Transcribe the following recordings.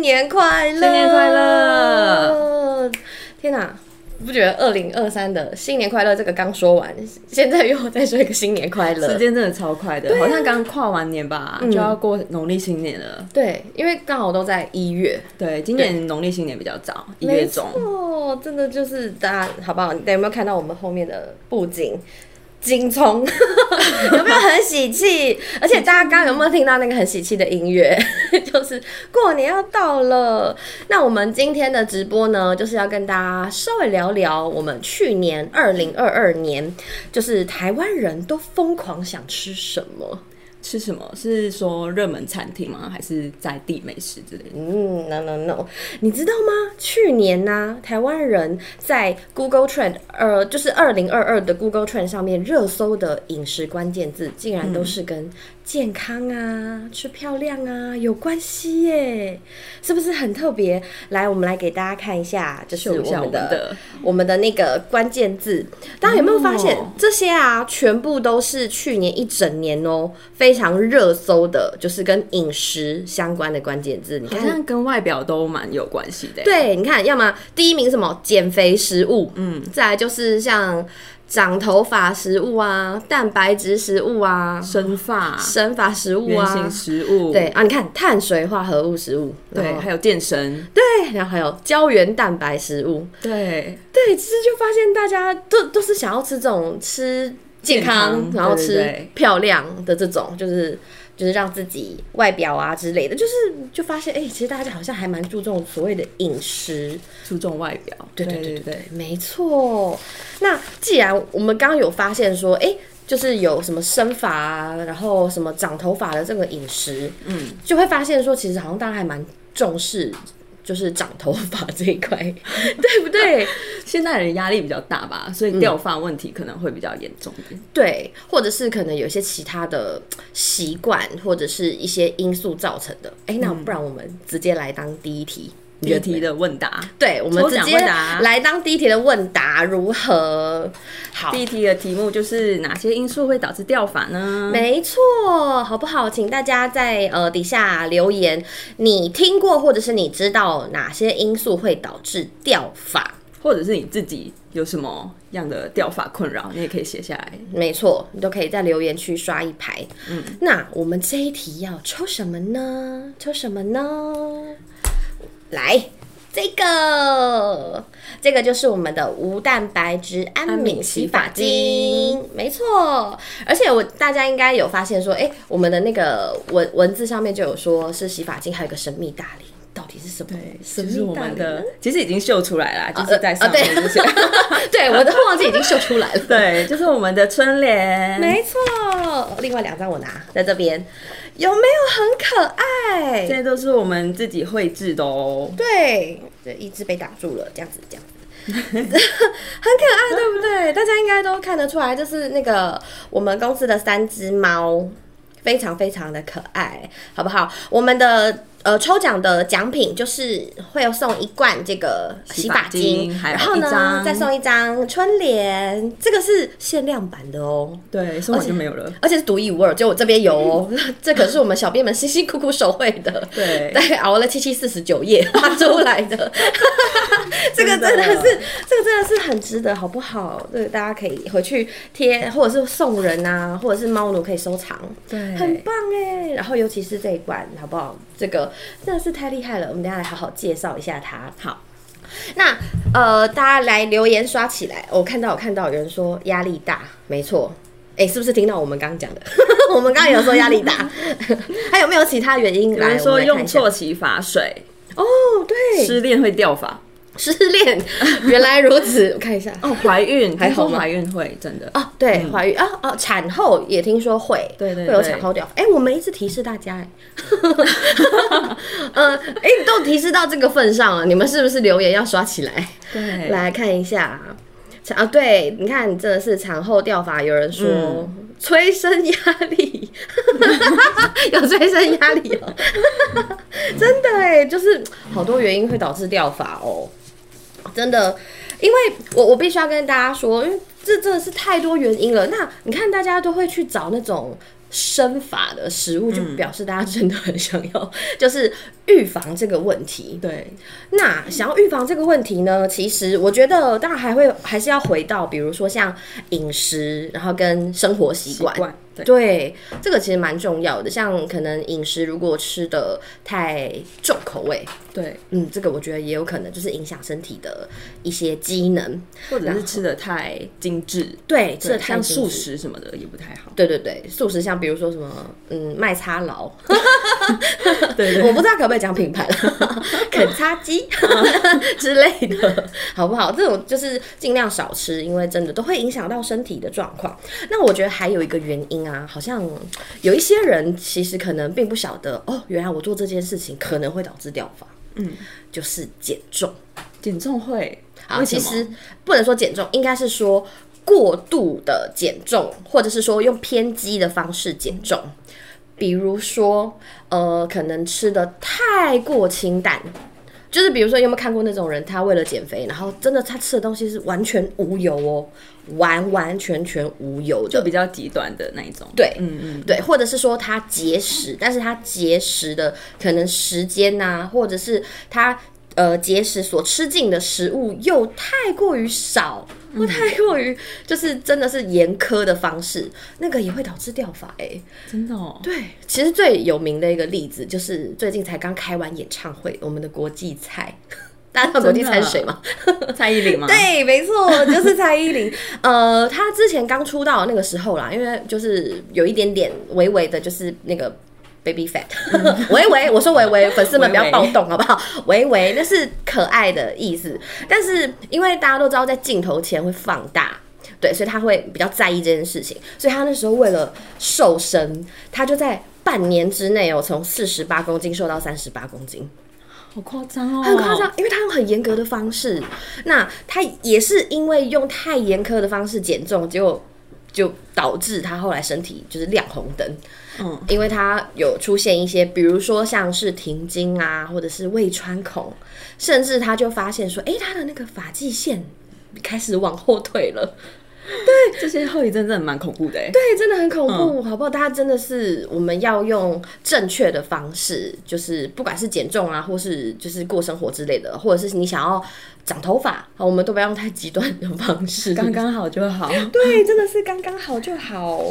年快乐！新年快乐！天哪、不觉得二零二三的新年快乐这个刚说完，现在又再说一个新年快乐时。间真的超快的，啊好像刚跨完年吧，嗯就要过农历新年了。对，因为刚好都在一月，对，今年农历新年比较早，一月中。哦，真的就是大家好不好？你有没有看到我们后面的布景？金葱有没有很喜气？而且大家刚刚有没有听到那个很喜气的音乐？ 就是过年要到了。那我们今天的直播呢，就是要跟大家稍微聊聊我们去年二零二二年，就是台湾人都疯狂想吃什么。吃什么？是说热门餐厅吗？还是在地美食之类的？嗯，no no no，你知道吗？去年呢、台湾人在 Google Trend，呃，就是二零二二的 Google Trend 上面热搜的饮食关键字，竟然嗯都是跟健康啊、吃漂亮啊有关系耶，是不是很特别？来，我们来给大家看一下，就是秀一下我我们们的的我们的那个关键字。大家有没有发现、哦这些啊，全部都是去年一整年哦非常热搜的，就是跟饮食相关的关键字。你好看，像跟外表都蛮有关系的。，欸对，你看，要么第一名什么减肥食物，嗯，再来就是像长头发食物啊、蛋白质食物啊、生发、生发食物圆形啊，食物，对哦啊，你看碳水化合物食物，对，然后还有健身，对，然后还有胶原蛋白食物，对，对，其实就发现大家都都是想要吃这种吃健康，健康然后对对吃对漂亮的这种，就是就是让自己外表啊之类的，就是就发现哎、其实大家好像还蛮注重所谓的饮食，注重外表。对对对对对对，没错。那既然我们刚刚有发现说，哎、就是有什么生发啊，然后什么长头发的这个饮食，嗯，就会发现说，其实好像大家还蛮重视。就是长头发这一 块，对不对？现在人压力比较大吧，所嗯以掉发问题可能会比较严重一点。对，或者是可能有一些其他的嘖习惯，或者是一些因素造成的。哎、那嗯不然我们直接来当第一题，你觉别得提怎么样？的问答，对，我们抽直奖接问答啊来当第一题的问答如何？好，第一题的题目就是哪些因素会导致掉发呢？没错，好不好？请大家在呃底下留言，你听过或者是你知道哪些因素会导致掉发？或者是你自己有什么样的掉发困扰，你也可以写下来。没错，你都可以在留言区刷一排。嗯，那我们这一题要抽什么呢？抽什么呢？来，这个，这个就是我们的无蛋白质安敏洗发精，没错。而且我大家应该有发现说，哎、我们的那个文文字上面就有说是洗发精，还有个神秘大礼，到底是什么？神就是我秘大们礼呢的，其实已经秀出来啦，就是在上面呃这些。对，我都忘记已经秀出来了。 对，就是我们的春联，没错，另外两张我拿在这边，有没有很可这爱？些都是我们自己绘制的哦。对，这一只被挡住了，这样子，这样 子。很可爱，对不对？大家应该都看得出来，就是那个我们公司的三只猫，非常非常的可爱，好不好？我们的呃抽奖的奖品就是会有送一罐这个洗洗发发精精，还有然后一呢张再送一张春联，这个是限量版的哦。对，送完就没有了。而且是独一无二，就我这边有哦，这可是我们小编们辛辛苦苦手绘 的，对大概熬了七七四十九页画出来 的，这个真的真的是，这个真的是很值得，好不好？这个大家可以回去贴，或者是送人啊，或者是猫奴可以收藏，对很棒哎。然后尤其是这一罐，好不好？这个真的是太厉害了，我们等一下来好好介绍一下它。好，那呃，大家来留言刷起来。我看到，我看到有人说压力大，没错。哎、是不是听到我们刚讲的？ 我们刚刚有说压力大， 还有没有其他原因？有来，人我说们来看用一下错洗发水，哦，对，失恋会掉发。失恋，原来如此。我看一下，哦，怀 孕还好听吗说怀孕会真的嗯哦，对，怀孕啊哦，产后也听说会，对对会有对产后掉发。哎、我们一直提示大家、哎， 呃，哎、都提示到这个份上了，你们是不是留言要刷起来？对，来看一下产啊，对，你看真的是产后掉发，有人说、催生压力， 有催生压力哦， 真的哎，就是好多原因会导致掉发哦，真的，因为我我必须要跟大家说，因为这真的是太多原因了。那你看，大家都会去找那种。生法的食物，就表示大家真的很想要，就是预防这个问题。对，那想要预防这个问题呢，其实我觉得当然还会还是要回到，比如说像饮食，然后跟生活习习惯。惯对，对，这个其实蛮重要的。像可能饮食如果吃的太重口味，对，嗯，这个我觉得也有可能就是影响身体的一些机能。或者是吃的太精致，对，吃对的太像精素致。食什么的也不太 好。对对对，素食像比如说什么，嗯，麦差劳，对 我不知道可不可以讲品牌了，肯叉鸡嗯 之类的，好不好？这种就是尽量少吃，因为真的都会影响到身体的状况。那我觉得还有一个原因啊，好像有一些人其实可能并不晓得哦，原来我做这件事情可能会导致掉发，嗯，就是减重。减重会，好，为其什么实不能说减重，应该是说过度的减重，或者是说用偏激的方式减重。比如说，呃，可能吃的太过清淡，就是比如说，有没有看过那种人，他为了减肥，然后真的他吃的东西是完全无油哦，完完全全无油就的，比较极端的那一种。对嗯嗯，对，或者是说他节食，但是他节食的可能时间呐、或者是他呃节食所吃进的食物又太过于少，或太过于就是真的是严苛的方式，那个也会导致掉发哎、真的哦。对，其实最有名的一个例子就是最近才刚开完演唱会，我们的国际菜， 大家知道国际菜是谁吗？蔡依林吗？对，没错，就是蔡依 林。呃，她之前刚出道那个时候啦，因为就是有一点点微微的，就是那个。baby fat，微微，我说微微，粉丝们不要暴动好不好？ 微微，那是可爱的意思，但是因为大家都知道在镜头前会放大，对，所以他会比较在意这件事情，所以他那时候为了瘦身，他就在半年之内哦，从四十八公斤瘦到三十八公斤，好夸张哦，很夸张，，因为他用很严格的方式，那他也是因为用太严苛的方式减重，结果就导致他后来身体就是亮红灯，嗯，因为他有出现一些，比如说像是停经啊，或者是胃穿孔，甚至他就发现说，诶，他的那个发际线开始往后退了。这些后遗症真的蛮恐怖的哎。对，真的很恐怖，好不好？大家真的是我们要用正确的方式，就是不管是减重啊，或是就是过生活之类的，或者是你想要长头发，好，我们都不要用太极端的方式。刚刚好就好。 对，真的是刚刚好就好。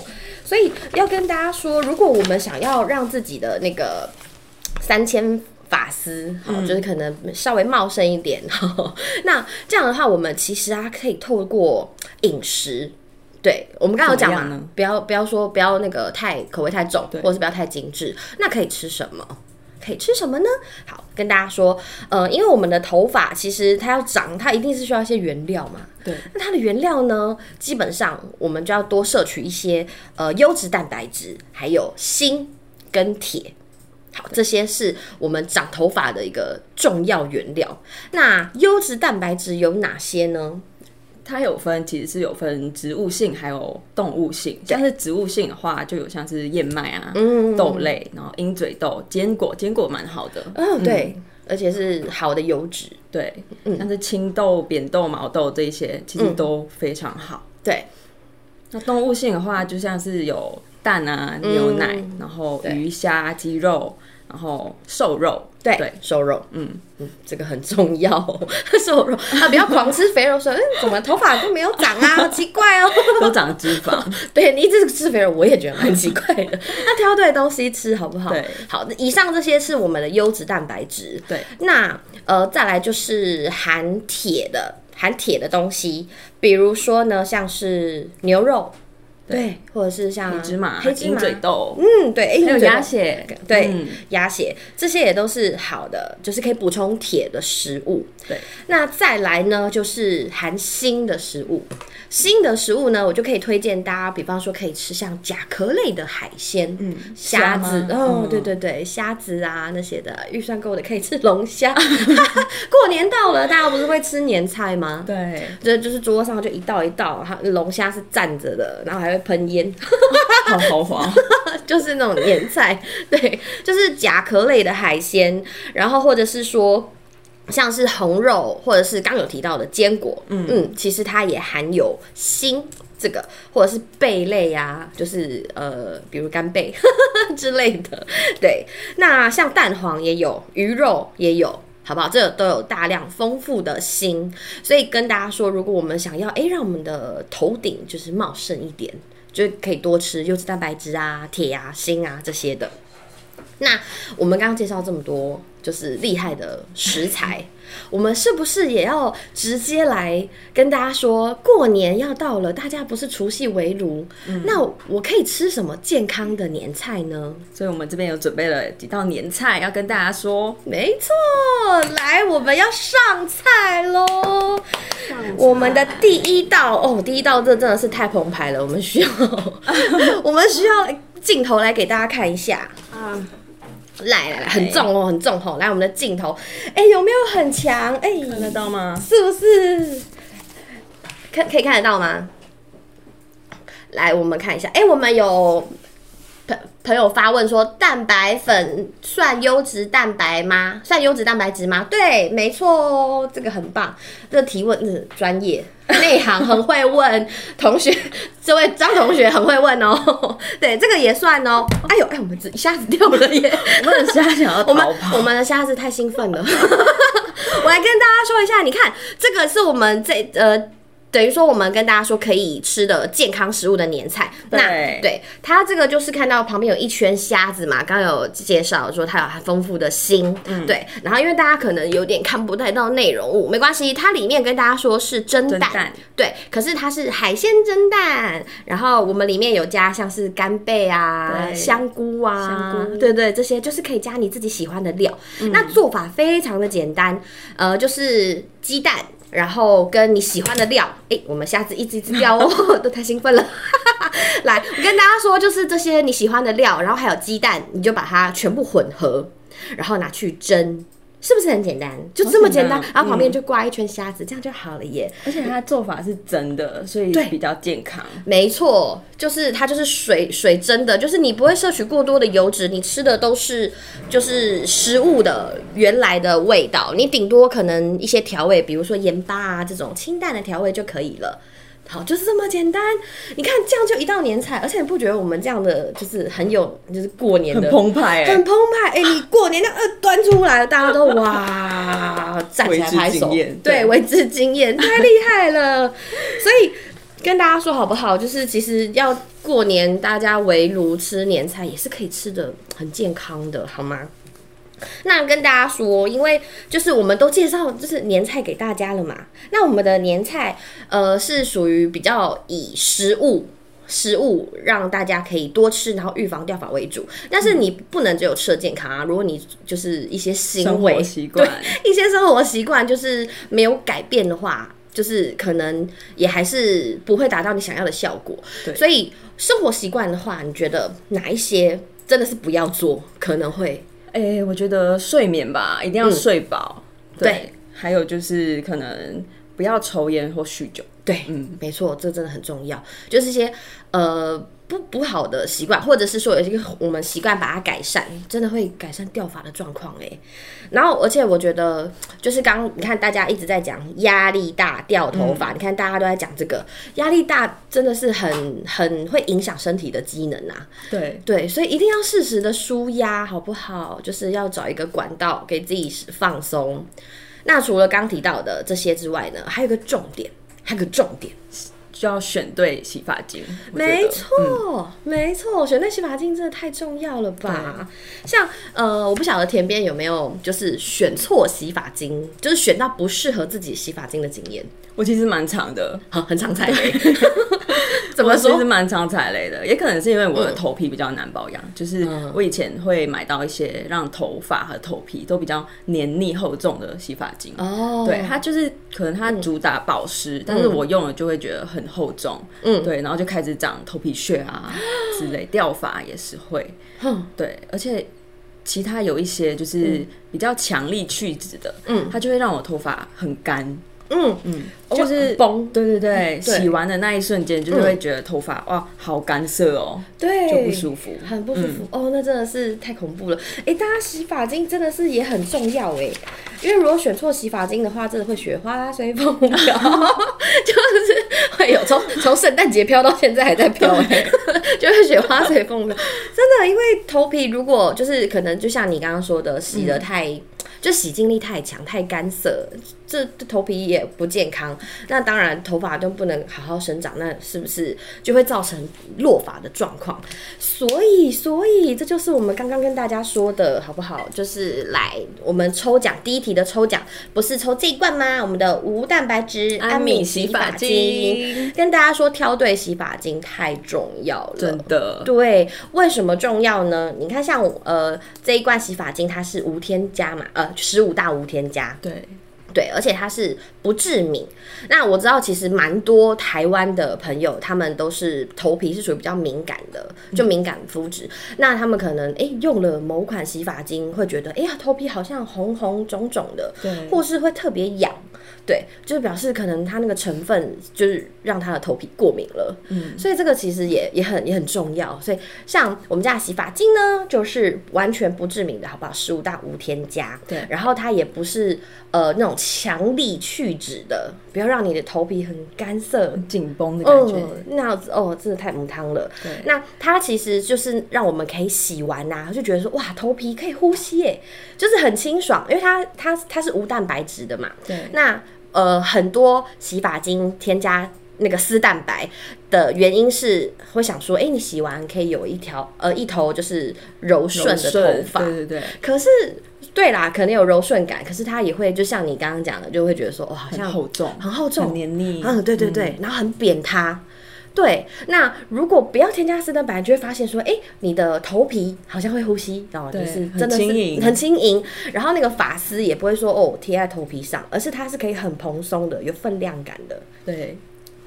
所以要跟大家说，如果我们想要让自己的那个三千法丝，好，嗯就是可能稍微茂盛一点，好， 那这样的话，我们其实啊可以透过饮食。对，我们刚刚有讲怎么样嘛呢，不要不要说不要那个太口味太重，对或者是不要太精致。那可以吃什么？可以吃什么呢？好，跟大家说，呃，因为我们的头发其实它要长，它一定是需要一些原料嘛。对，那它的原料呢，基本上我们就要多摄取一些呃优质蛋白质，还有锌跟铁。好，这些是我们长头发的一个重要原料。那优质蛋白质有哪些呢？它有分，其实是有分植物性还有动物性。像是植物性的话，就有像是燕麦啊、嗯豆类，然后鹰嘴豆、坚果，坚果蛮好的。哦，对，而且是好的油脂。对，嗯像是青豆、扁豆、毛豆这一些，其实都非常好。对，那动物性的话，就像是有蛋啊、嗯牛奶，然后鱼虾、鸡肉，然后瘦肉。对，对瘦肉，嗯嗯，这个很重要， 瘦肉啊，不要狂吃肥肉，说，嗯，怎么头发都没有长啊，好奇怪哦。都长脂肪， 对你一直吃肥肉，我也觉得蛮奇怪 的。那挑对东西吃好不好？对，好，以上这些是我们的优质蛋白质。对，那呃，再来就是含铁的，含铁的东西，比如说呢，像是牛肉，对，或者是像黑芝麻、黑芝鹰麻嘴，豆，嗯，对，还有鹰嘴豆鸭血，对嗯，鸭血这些也都是好的，就是可以补充铁的食物。对，那再来呢，就是含锌的食物。锌的食物呢，我就可以推荐大家，比方说可以吃像甲壳类的海鲜，嗯，虾虾子吗，哦，嗯对对对，虾子啊那些的，预算够的可以吃 龙虾。 过年到了，大家不是会吃年菜吗？对，这就是桌上就一道一道，它龙虾是站着的，然后还会喷烟。好豪华， 就是那种年菜， 对，就是甲壳类的海鲜，然后或者是说。像是红肉，或者是刚有提到的坚果，嗯嗯，其实它也含有锌这个，或者是贝类呀、就是呃，比如干贝 之类的。对，那像蛋黄也有，鱼肉也有。好不好？这都有大量丰富的锌，所以跟大家说，如果我们想要哎诶让我们的头顶就是茂盛一点，就可以多吃优质蛋白质啊、铁啊、锌啊这些的。那我们刚刚介绍这么多就是厉害的食材，我们是不是也要直接来跟大家说，过年要到了，大家不是除夕围炉，那我可以吃什么健康的年菜呢？所以我们这边有准备了几道年菜要跟大家说。没错，来，我们要上菜喽！我们的第一道哦，第一道这真的是太澎湃了，我们需要， 我们需要镜头来给大家看一下。啊，来来来，很重哦，很重哦！来，我们的镜头，哎、有没有很强？哎、看得到吗？是不是？看可以看得到吗？来，我们看一下。哎、我们有朋朋友发问说，蛋白粉算优质蛋白吗？算优质蛋白质吗？对，没错哦，这个很棒。这个提问是专业、 内行，很会问同学。 这位张同学很会问哦， 对，这个也算哦。哎呦，哎，我们一下子掉了耶！我很瞎想要 我们逃跑。我们的虾子太兴奋了， 我来跟大家说一下，你看这个是我们这呃。等于说，我们跟大家说可以吃的健康食物的年菜，那对对它这个就是看到旁边有一圈虾子嘛，刚刚有介绍说它有很丰富的锌，嗯对。然后因为大家可能有点看不太到内容物，没关系，它里面跟大家说是蒸蒸蛋，蛋对，可是它是海鲜蒸蛋，然后我们里面有加像是干贝啊、对香菇啊，香菇嗯对对，这些就是可以加你自己喜欢的料。那做法非常的简单，呃，就是鸡蛋。然后跟你喜欢的料，哎，我们下次一只 一只掉哦，都太兴奋了。 来，我跟大家说，就是这些你喜欢的料，然后还有鸡蛋，你就把它全部混合，然后拿去蒸，是不是很简单？就这么简单。好简单哦嗯然后旁边就挂一圈虾子，这样就好了耶。而且它做法是真的，所以对比较健康。没错，就是它就是水水蒸的，就是你不会摄取过多的油脂，你吃的都是就是食物的原来的味道，你顶多可能一些调味，比如说盐巴啊这种清淡的调味就可以了。好，就是这么简单。你看，这样就一道年菜，而且你不觉得我们这样的就是很有就是过年很的澎湃哎、很澎湃。哎、你过年那呃端出来了，大家 都哇站起来拍为之手惊艳，对，对为之惊艳，太厉害了。所以跟大家说好不好？就是其实要过年，大家围炉吃年菜也是可以吃的很健康的，好吗？那跟大家说，因为就是我们都介绍就是年菜给大家了嘛，那我们的年菜呃是属于比较以食物。食物让大家可以多吃，然后预防掉发为主。但是你不能只有吃的健康啊！如果你就是一些生行为活习惯，一些生活习惯就是没有改变的话，就是可能也还是不会达到你想要的效果。对所以生活习惯的话，你觉得哪一些真的是不要做，可能会哎、我觉得睡眠吧，一定要睡饱、嗯对，还有就是可能不要抽烟或酗酒。对，嗯，没错，这真的很重要，就是一些呃不不好的习惯，或者是说有一些我们习惯把它改善，真的会改善掉发的状况哎。然后，而且我觉得就是刚你看大家一直在讲压力大掉头发，你看大家都在讲这个压力大真的是很很会影响身体的机能啊。对，对，所以一定要适时的舒压，好不好？就是要找一个管道给自己放松。那除了刚提到的这些之外呢，还有一个重点，还有一个重点，就要选对洗发精。我觉得嗯没错，没错，选对洗发精真的太重要了吧？像呃，我不晓得田边有没有就是选错洗发精，就是选到不适合自己洗发精的经验， 我其实蛮长的，好，很常踩雷。怎么我其说嗯实？蛮常踩雷的，也可能是因为我的头皮比较难保养，就是我以前会买到一些让头发和头皮都比较黏腻厚重的洗发精。哦，嗯对，它就是可能它主打保湿，但是我用了就会觉得很厚重，嗯，对，然后就开始长头皮屑啊之类，掉发也是会，哼对，而且其他有一些嗯就是比较强力去脂的，嗯，它就会让我头发很干，嗯，就是崩对对对，对嗯洗完的那一瞬间就是会觉得头发哇好干涩哦，对，就不舒服。很不舒服、哦，那真的是太恐怖了。哎、大家洗发精真的是也很重要哎，因为如果选错洗发精的话，真的会雪花随风飘，就是有从从圣诞节飘到现在还在飘呢， 就是雪花随风飘。真的，因为头皮如果就是可能就像你刚刚说的，洗的太、就洗净力太强、太干涩，这这头皮也不健康。那当然头发就不能好好生长，那是不是就会造成落发的状况？所以，所以这就是我们刚刚跟大家说的，好不好？就是来我们抽奖第一题的抽奖，不是抽这一罐吗？我们的无蛋白质安敏洗发精，跟大家说，挑对洗发精太重要了，真的，对，为什么重要呢？你看像，呃这一罐洗发精，它是无添加嘛，呃，十五大无添加，对，对，而且它是不致敏。那我知道，其实蛮多台湾的朋友，他们都是头皮是属于比较敏感的，就敏感肤质。那他们可能诶用了某款洗发精，会觉得哎呀头皮好像红红肿肿的，对或是会特别痒。对，就是表示可能它那个成分就是让他的头皮过敏了，嗯，所以这个其实也也很也很重要。所以像我们家的洗发精呢，就是完全不致敏的，好不好？十五大无添加，对然后它也不是呃那种强力去脂的，不要让你的头皮很干涩。紧绷的嗯感觉，哦，那样子哦，真的太母汤了对。那它其实就是让我们可以洗完呐、就觉得说哇，头皮可以呼吸耶，就是很清爽，因为它它它是无蛋白质的嘛，对，那呃，很多洗发精添加那个丝蛋白的原因是会想说，哎、你洗完可以有一条呃一头就是柔顺的头发，对对对，可是。对啦，可能有柔顺感，可是它也会就像你刚刚讲的，就会觉得说，哦，好很像厚重，很厚重很黏腻，嗯，对对对，然后很扁塌。对，那如果不要添加丝蛋白，就会发现说，哎，你的头皮好像会呼吸，然后就对是很真的是轻盈很轻盈，然后那个发丝也不会说哦贴在头皮上，而是它是可以很蓬松的，有分量感的。对，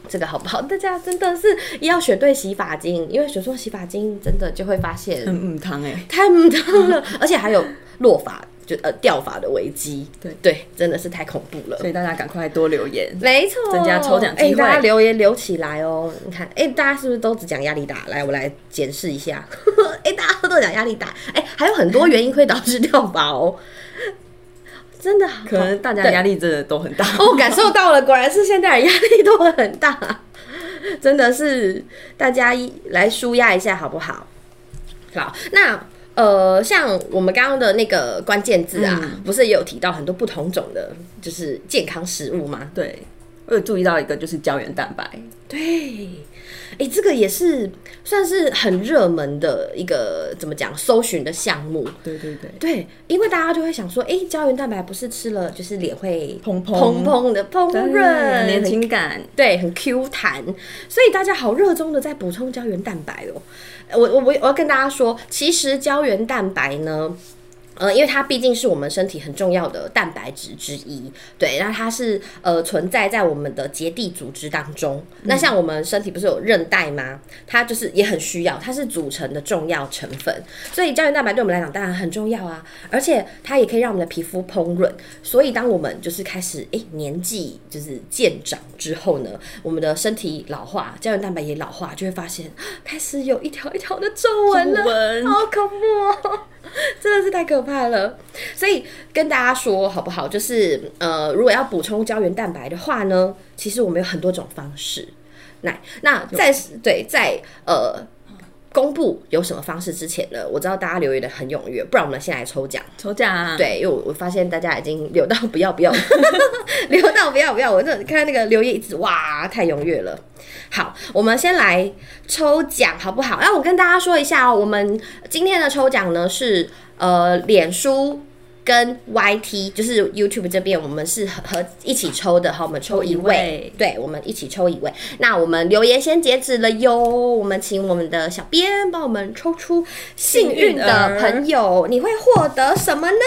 这个好不好？大家真的是要选对洗发精，因为选错洗发精真的就会发现很嗯汤哎，太母汤了，而且还有落发就呃掉发的危机。对对，真的是太恐怖了。所以大家赶快多留言，没错，增加抽奖机会哎大家留言留起来哦。你看，哎、大家是不是都只讲压力大？来，我来检视一下。 哎、大家都讲压力大，哎、还有很多原因会导致掉发哦。 真的好，可能大家对压力真的都很大， 哦，感受到了，果然是现代人压力都很大， 真的是大家一来舒压一下好不好？好，那呃，像我们刚刚的那个关键字啊，嗯不是也有提到很多不同种的，就是健康食物吗？对。我有注意到一个，就是胶原蛋白，对，哎、这个也是算是很热门的一个怎么讲搜寻的项目。对对对，对，因为大家就会想说，哎、胶原蛋白不是吃了就是脸会蓬蓬蓬蓬的蓬润，年轻感，对，很 Q 弹，所以大家好热衷的在补充胶原蛋白哦。呃我我我我要跟大家说，其实胶原蛋白呢。呃，因为它毕竟是我们身体很重要的蛋白质之一，对，那它是呃存在在我们的结缔组织当中。那像我们身体不是有韧带吗？它就是也很需要，它是组成的重要成分。所以胶原蛋白对我们来讲当然很重要啊，而且它也可以让我们的皮肤烹饪。所以当我们就是开始诶、年纪就是渐长之后呢，我们的身体老化，胶原蛋白也老化，就会发现啊开始有一条一条的皱纹了，纹好恐怖哦！真的是太可怕了，所以跟大家说好不好？就是呃，如果要补充胶原蛋白的话呢，其实我们有很多种方式。那那在对在呃公布有什么方式之前呢，我知道大家留言的很踊跃，不然我们先来抽奖。抽奖啊，对，因为我我发现大家已经留到不要不要， 留到不要不要，我这看那个留言一直哇，太踊跃了。好，我们先来抽奖好不好？哎那我跟大家说一下哦，我们今天的抽奖呢是呃，脸书。跟 YT 就是 YouTube 这边，我们是和和一起抽的，好，我们抽一一位位，对，我们一起抽一位。那我们留言先截止了哟，我们请我们的小编帮我们抽出幸运的朋友，你会获得什么呢？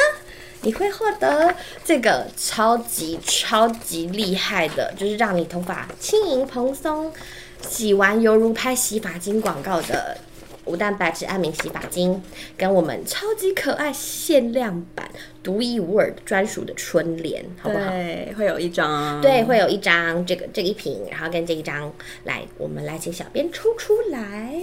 你会获得这个超级超级厉害的，就是让你头发轻盈蓬松，洗完犹如拍洗发精广告的无蛋白质安眠洗发精，跟我们超级可爱限量版独一无二专属的春联，好不好？对，会有一张，对，会有一张这个这一瓶，然后跟这一张来，我们来请小编抽出来。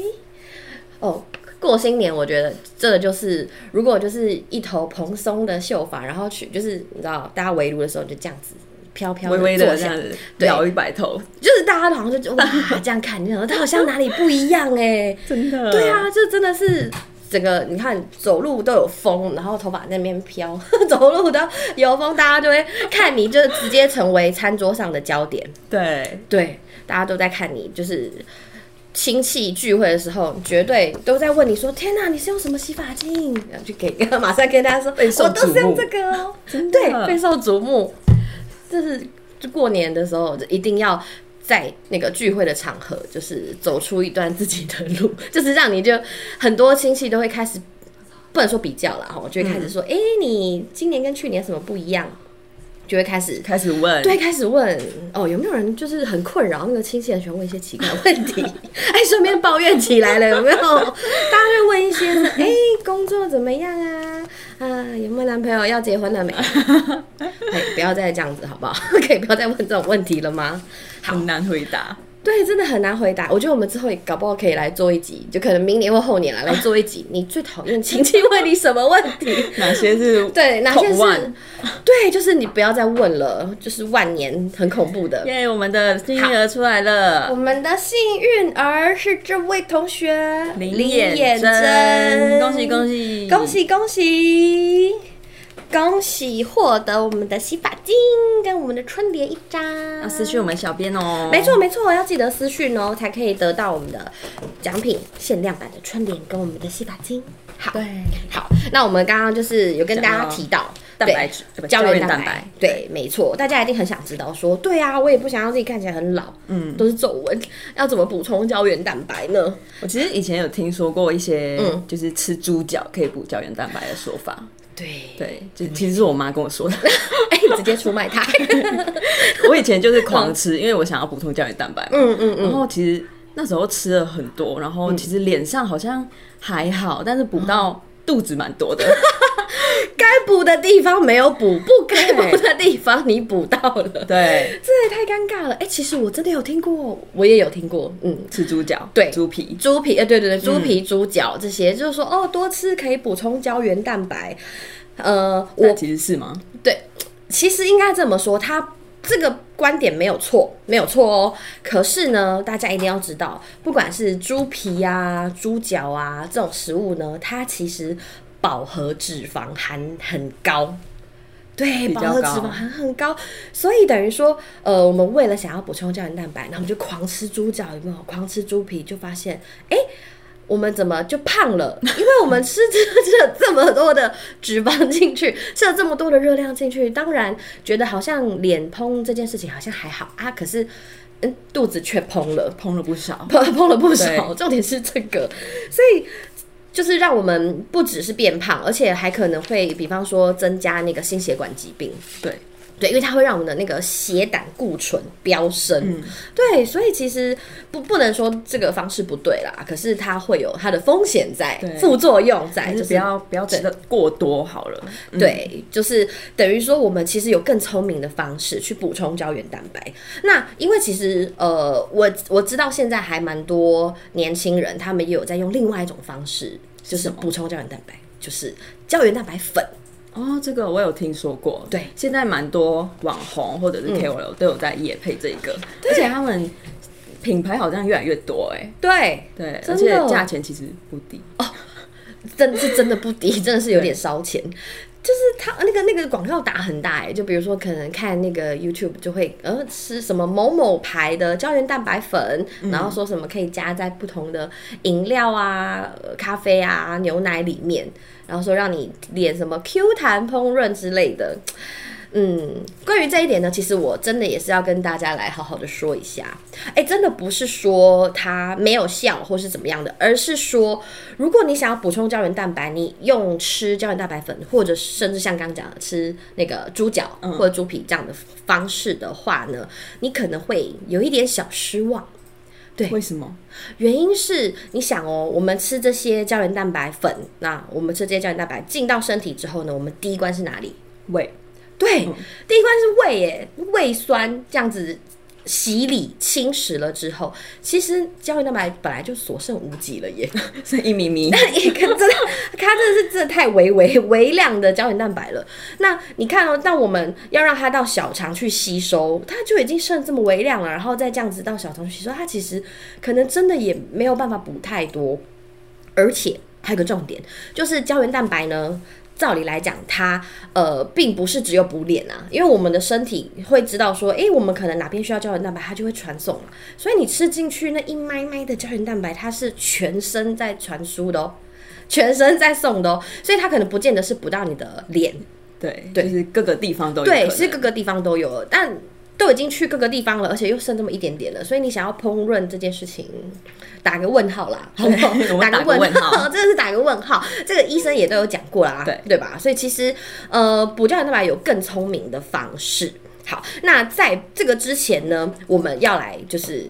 哦，过新年我觉得这个就是，如果就是一头蓬松的秀发，然后去就是你知道大家围炉的时候就这样子飘飘微地微坐的这下样子对摇一摆头，就是大家都好像就哇这样看，你想说他好像哪里不一样哎、 真的对啊，，这真的是整个你看走路都有风，然后头发在那边飘， 走路都有风，大家就会看你，就是直接成为餐桌上的焦点。对，对，大家都在看你，就是亲戚聚会的时候，绝对都在问你说：“天哪、你是用什么洗发精？”然后就给 马上跟大家说：“受我都是瞩用目这个哦。” 真的对，备受瞩目。这是就过年的时候一定要。在那个聚会的场合，就是走出一段自己的路， 就是让你就很多亲戚都会开始，不能说比较啦，哈，我就会开嗯始说，哎、你今年跟去年什么不一样？就会开始开始问，对，开始问哦，有没有人就是很困扰？那个亲戚很喜欢问一些奇怪的问题， 哎，顺便抱怨起来了，有没有？大家就问一些，哎，工作怎么样啊？啊，有没有男朋友？要结婚了没？ 哎，不要再这样子好 不好？可以不要再问这种问题了吗？好，很难回答，对，真的很难回答。我觉得我们之后也搞不好可以来做一集，就可能明年或后年啦，来做一集。你最讨厌亲戚问你什么问题？哪些是对，哪些口是腕？对，就是你不要再问了，就是万年很恐怖的。耶，我们的幸运儿出来 我了，们的幸运儿是这位同学眼真，恭喜恭喜恭！喜恭喜恭喜获得我们的洗发精跟我们的春联一张。要私讯我们小编哦，没错没错，要记得私讯哦，才可以得到我们的奖品限量版的春联跟我们的洗发精。好，对，好，那我们刚刚就是有跟大家提到蛋白质对对胶胶原原蛋白，蛋白对，没错，大家一定很想知道说，对啊，我也不想让自己看起来很老，嗯，都是皱纹， 要怎么补充胶原蛋白呢？我其实以前有听说过一些嗯，就是吃猪脚可以补胶原蛋白的说法，对，对，就其实是我妈跟我说 的。哎、直接出 卖它，我以前就是狂吃，因为我想要补充胶原蛋白嘛。嗯嗯然嗯，后其实那时候吃了很多，然后其实脸上好像还好，但是补到肚子蛮多的。该哎补的地方没有补，不该补的地方你补到了， 对，这也太尴尬了。哎、其实我真的有听过，我也有听过，嗯，吃猪脚，对猪皮，猪皮，呃，对对对，猪皮、猪脚这些，就是说哦，多吃可以补充胶原蛋白。呃，我但其实是吗？对，其实应该这么说，他这个观点没有错，没有错哦。可是呢，大家一定要知道，不管是猪皮啊、猪脚啊这种食物呢，它其实饱和脂肪含很高。对，比饱较和脂肪高含很高，所以等于说，呃，我们为了想要补充胶原蛋白，然后我们就狂吃猪脚，有没有？狂吃猪皮，就发现，哎、我们怎么就胖了？ 因为我们吃吃了这么多的脂肪进去， 吃了这么多的热量进去，当然觉得好像脸嘭这件事情好像还好啊，可是嗯肚子却嘭了， 烹了不少。嘭嘭了不少。对重点是这个，所以就是让我们不只是变胖，而且还可能会比方说增加那个心血管疾病。对，对，因为它会让我们的那个血胆固醇飙升。嗯对，所以其实不不能说这个方式不对啦，可是它会有它的风险在对，副作用在，还就是不要不要吃的过多好了。嗯对，就是等于说我们其实有更聪明的方式去补充胶原蛋白。那因为其实呃，我我知道现在还蛮多年轻人，他们也有在用另外一种方式，就是什么补充胶原蛋白，就是胶原蛋白粉。哦，这个我有听说过。对嗯现在蛮多网红或者是 KOL 都有在夜配这个，而且他们品牌好像越来越多哎、对，对，而真的且哦价钱其实不低。真是真的不低，真的是有点烧钱。就是他那个那个广告打很大哎、就比如说可能看那个 YouTube 就会呃吃什么某某牌的胶原蛋白粉，然后说什么可以加在不同的饮料啊、呃咖啡啊、牛奶里面，然后说让你脸什么 Q 弹烹饪之类的。嗯，关于这一点呢，其实我真的也是要跟大家来好好的说一下。哎，真的不是说它没有效或是怎么样的，而是说，如果你想要补充胶原蛋白，你用吃胶原蛋白粉，或者甚至像刚刚讲的吃那个猪脚或者猪皮这样的方式的话呢，你可能会有一点小失望。对为什么？原因是你想哦，我们吃这些胶原蛋白粉，那我们吃这些胶原蛋白进到身体之后呢，我们第一关是哪里？胃对，第一关是胃耶，胃酸这样子洗礼侵蚀了之后，其实胶原蛋白本来就所剩无几了耶。是一米 米，一个真的，它真的是真的太微微微量的胶原蛋白了。那你看哦，但我们要让它到小肠去吸收，它就已经剩这么微量了，然后再这样子到小肠去吸收，它其实可能真的也没有办法补太多。而且还有个重点，就是胶原蛋白呢。照理来讲，它呃并不是只有补脸啊，因为我们的身体会知道说，诶、我们可能哪边需要胶原蛋白，它就会传送嘛。所以你吃进去那一麦麦的胶原蛋白，它是全身在传输的哦，全身在送的哦，所以它可能不见得是补到你的脸，对，对就是各个地方都有可对，能是各个地方都有了，但都已经去各个地方了，而且又剩这么一点点了，所以你想要烹饪这件事情，打个问 号啦，好不好对我？们打个个问号号， 真的是打个问号。这个医生也都有讲过啦，对对吧？所以其实呃，补胶原蛋白有更聪明的方式。好，那在这个之前呢，我们要来就是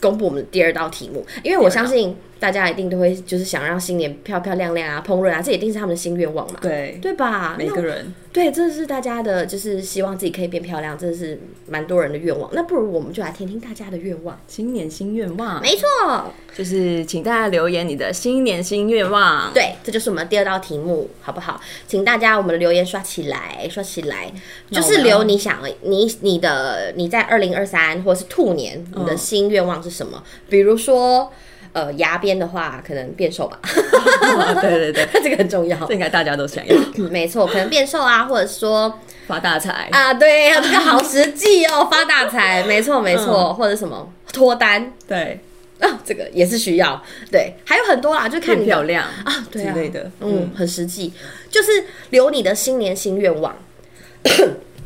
公布我们的第二道题目，因为我第二相道信大家一定都会就是想让新年漂漂亮亮啊，烹饪啊，这一定是他们的新愿望嘛，对对吧？每那个人对，这是大家的，就是希望自己可以变漂亮，这是蛮多人的愿望。那不如我们就来听听大家的愿望。新年新愿望，没错，就是请大家留言你的新年新愿望。对，这就是我们的第二道题目，好不好？请大家我们的留言刷起来，刷起来，那就我们是要留你想你你的你在二零二三或者是兔年你的嗯新愿望是什么？比如说，呃，牙边的话，可能变瘦吧， 对对对， 这个很重要。这应该大家都想要没错，可能变瘦啊，或者说发大财。啊，对，这个好实际哦，发大财，没错没错，嗯或者什么脱单。对，啊，这个也是需要，对，还有很多啦，就看变你漂的亮啊，对啊之类的嗯，很实际，就是留你的新年新愿望，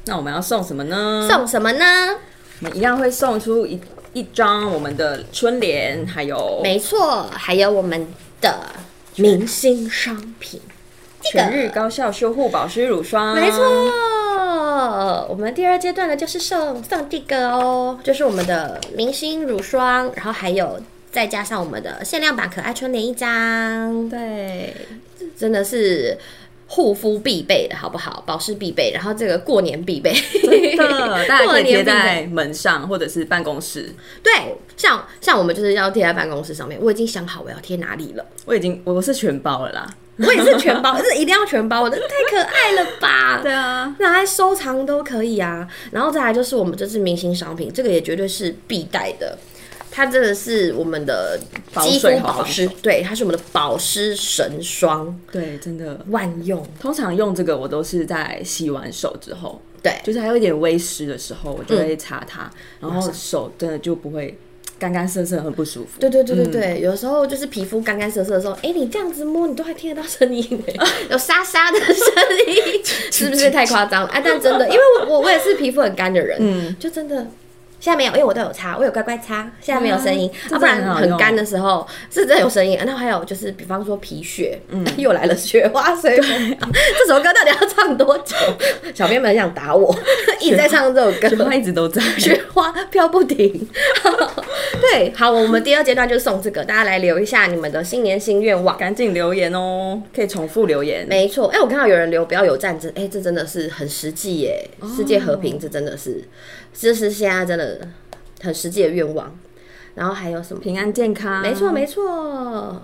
那我们要送什么呢？送什么哦呢？我们一样会送出一一张我们的春联，还有没错，还有我们的明星商品，这哦全日啊个高效修护保湿乳霜。没错。我们第二阶段呢，就是送送这个哦，就是我们的明星乳霜，然后还有再加上我们的限量版可爱春联一张，对，真的是护肤必备的好不好？保湿必备，然后这个过年必备，真 的，大家可过以贴年必备。在门上或者是办公室。对，像像我们就是要贴在办公室上面，我已经想好我要贴哪里了。我已经我是全包了啦。我也是全包，是一定要全包，我的太可爱了吧？对啊，拿来收藏都可以啊。然后再来就是我们这次明星商品，这个也绝对是必带的。它真的是我们的保肌肤水好保防湿，对，它是我们的保湿神霜，对，真的。万用。通常用这个我都是在洗完手之后，对，嗯就是还有一点微湿的时候，我就会擦它，然后手真的就不会干干涩涩，很不舒服。嗯对对对对对，有时候就是皮肤干干涩涩的时候，哎、你这样子摸，你都还听得到声音 呢，有沙沙的声音，是不是太夸张了？ 啊，但真的，因为我我我也是皮肤很干的人，嗯就真的。现在没有，因为我都有擦，我有乖乖擦，现在没有声音，啊要、这不然真的很好很用干的时候是真的有声音。然啊后还有就是，比方说皮屑，嗯， 又来了雪花随风， 这首歌到底要唱多久？小编们很想打 我，一直在唱这首歌，雪花一直都在， 雪花飘不停。对，好，我们第二阶段就送这个，大家来留一下你们的新年新愿望。赶紧留言哦，可以重复留言。没错，哎、我看到有人留不要有战争，哎、这真的是很实际耶，世界和平，这真的是，这是现在真的很实际的愿望。然后还有什么？平安健康，没错，。没错，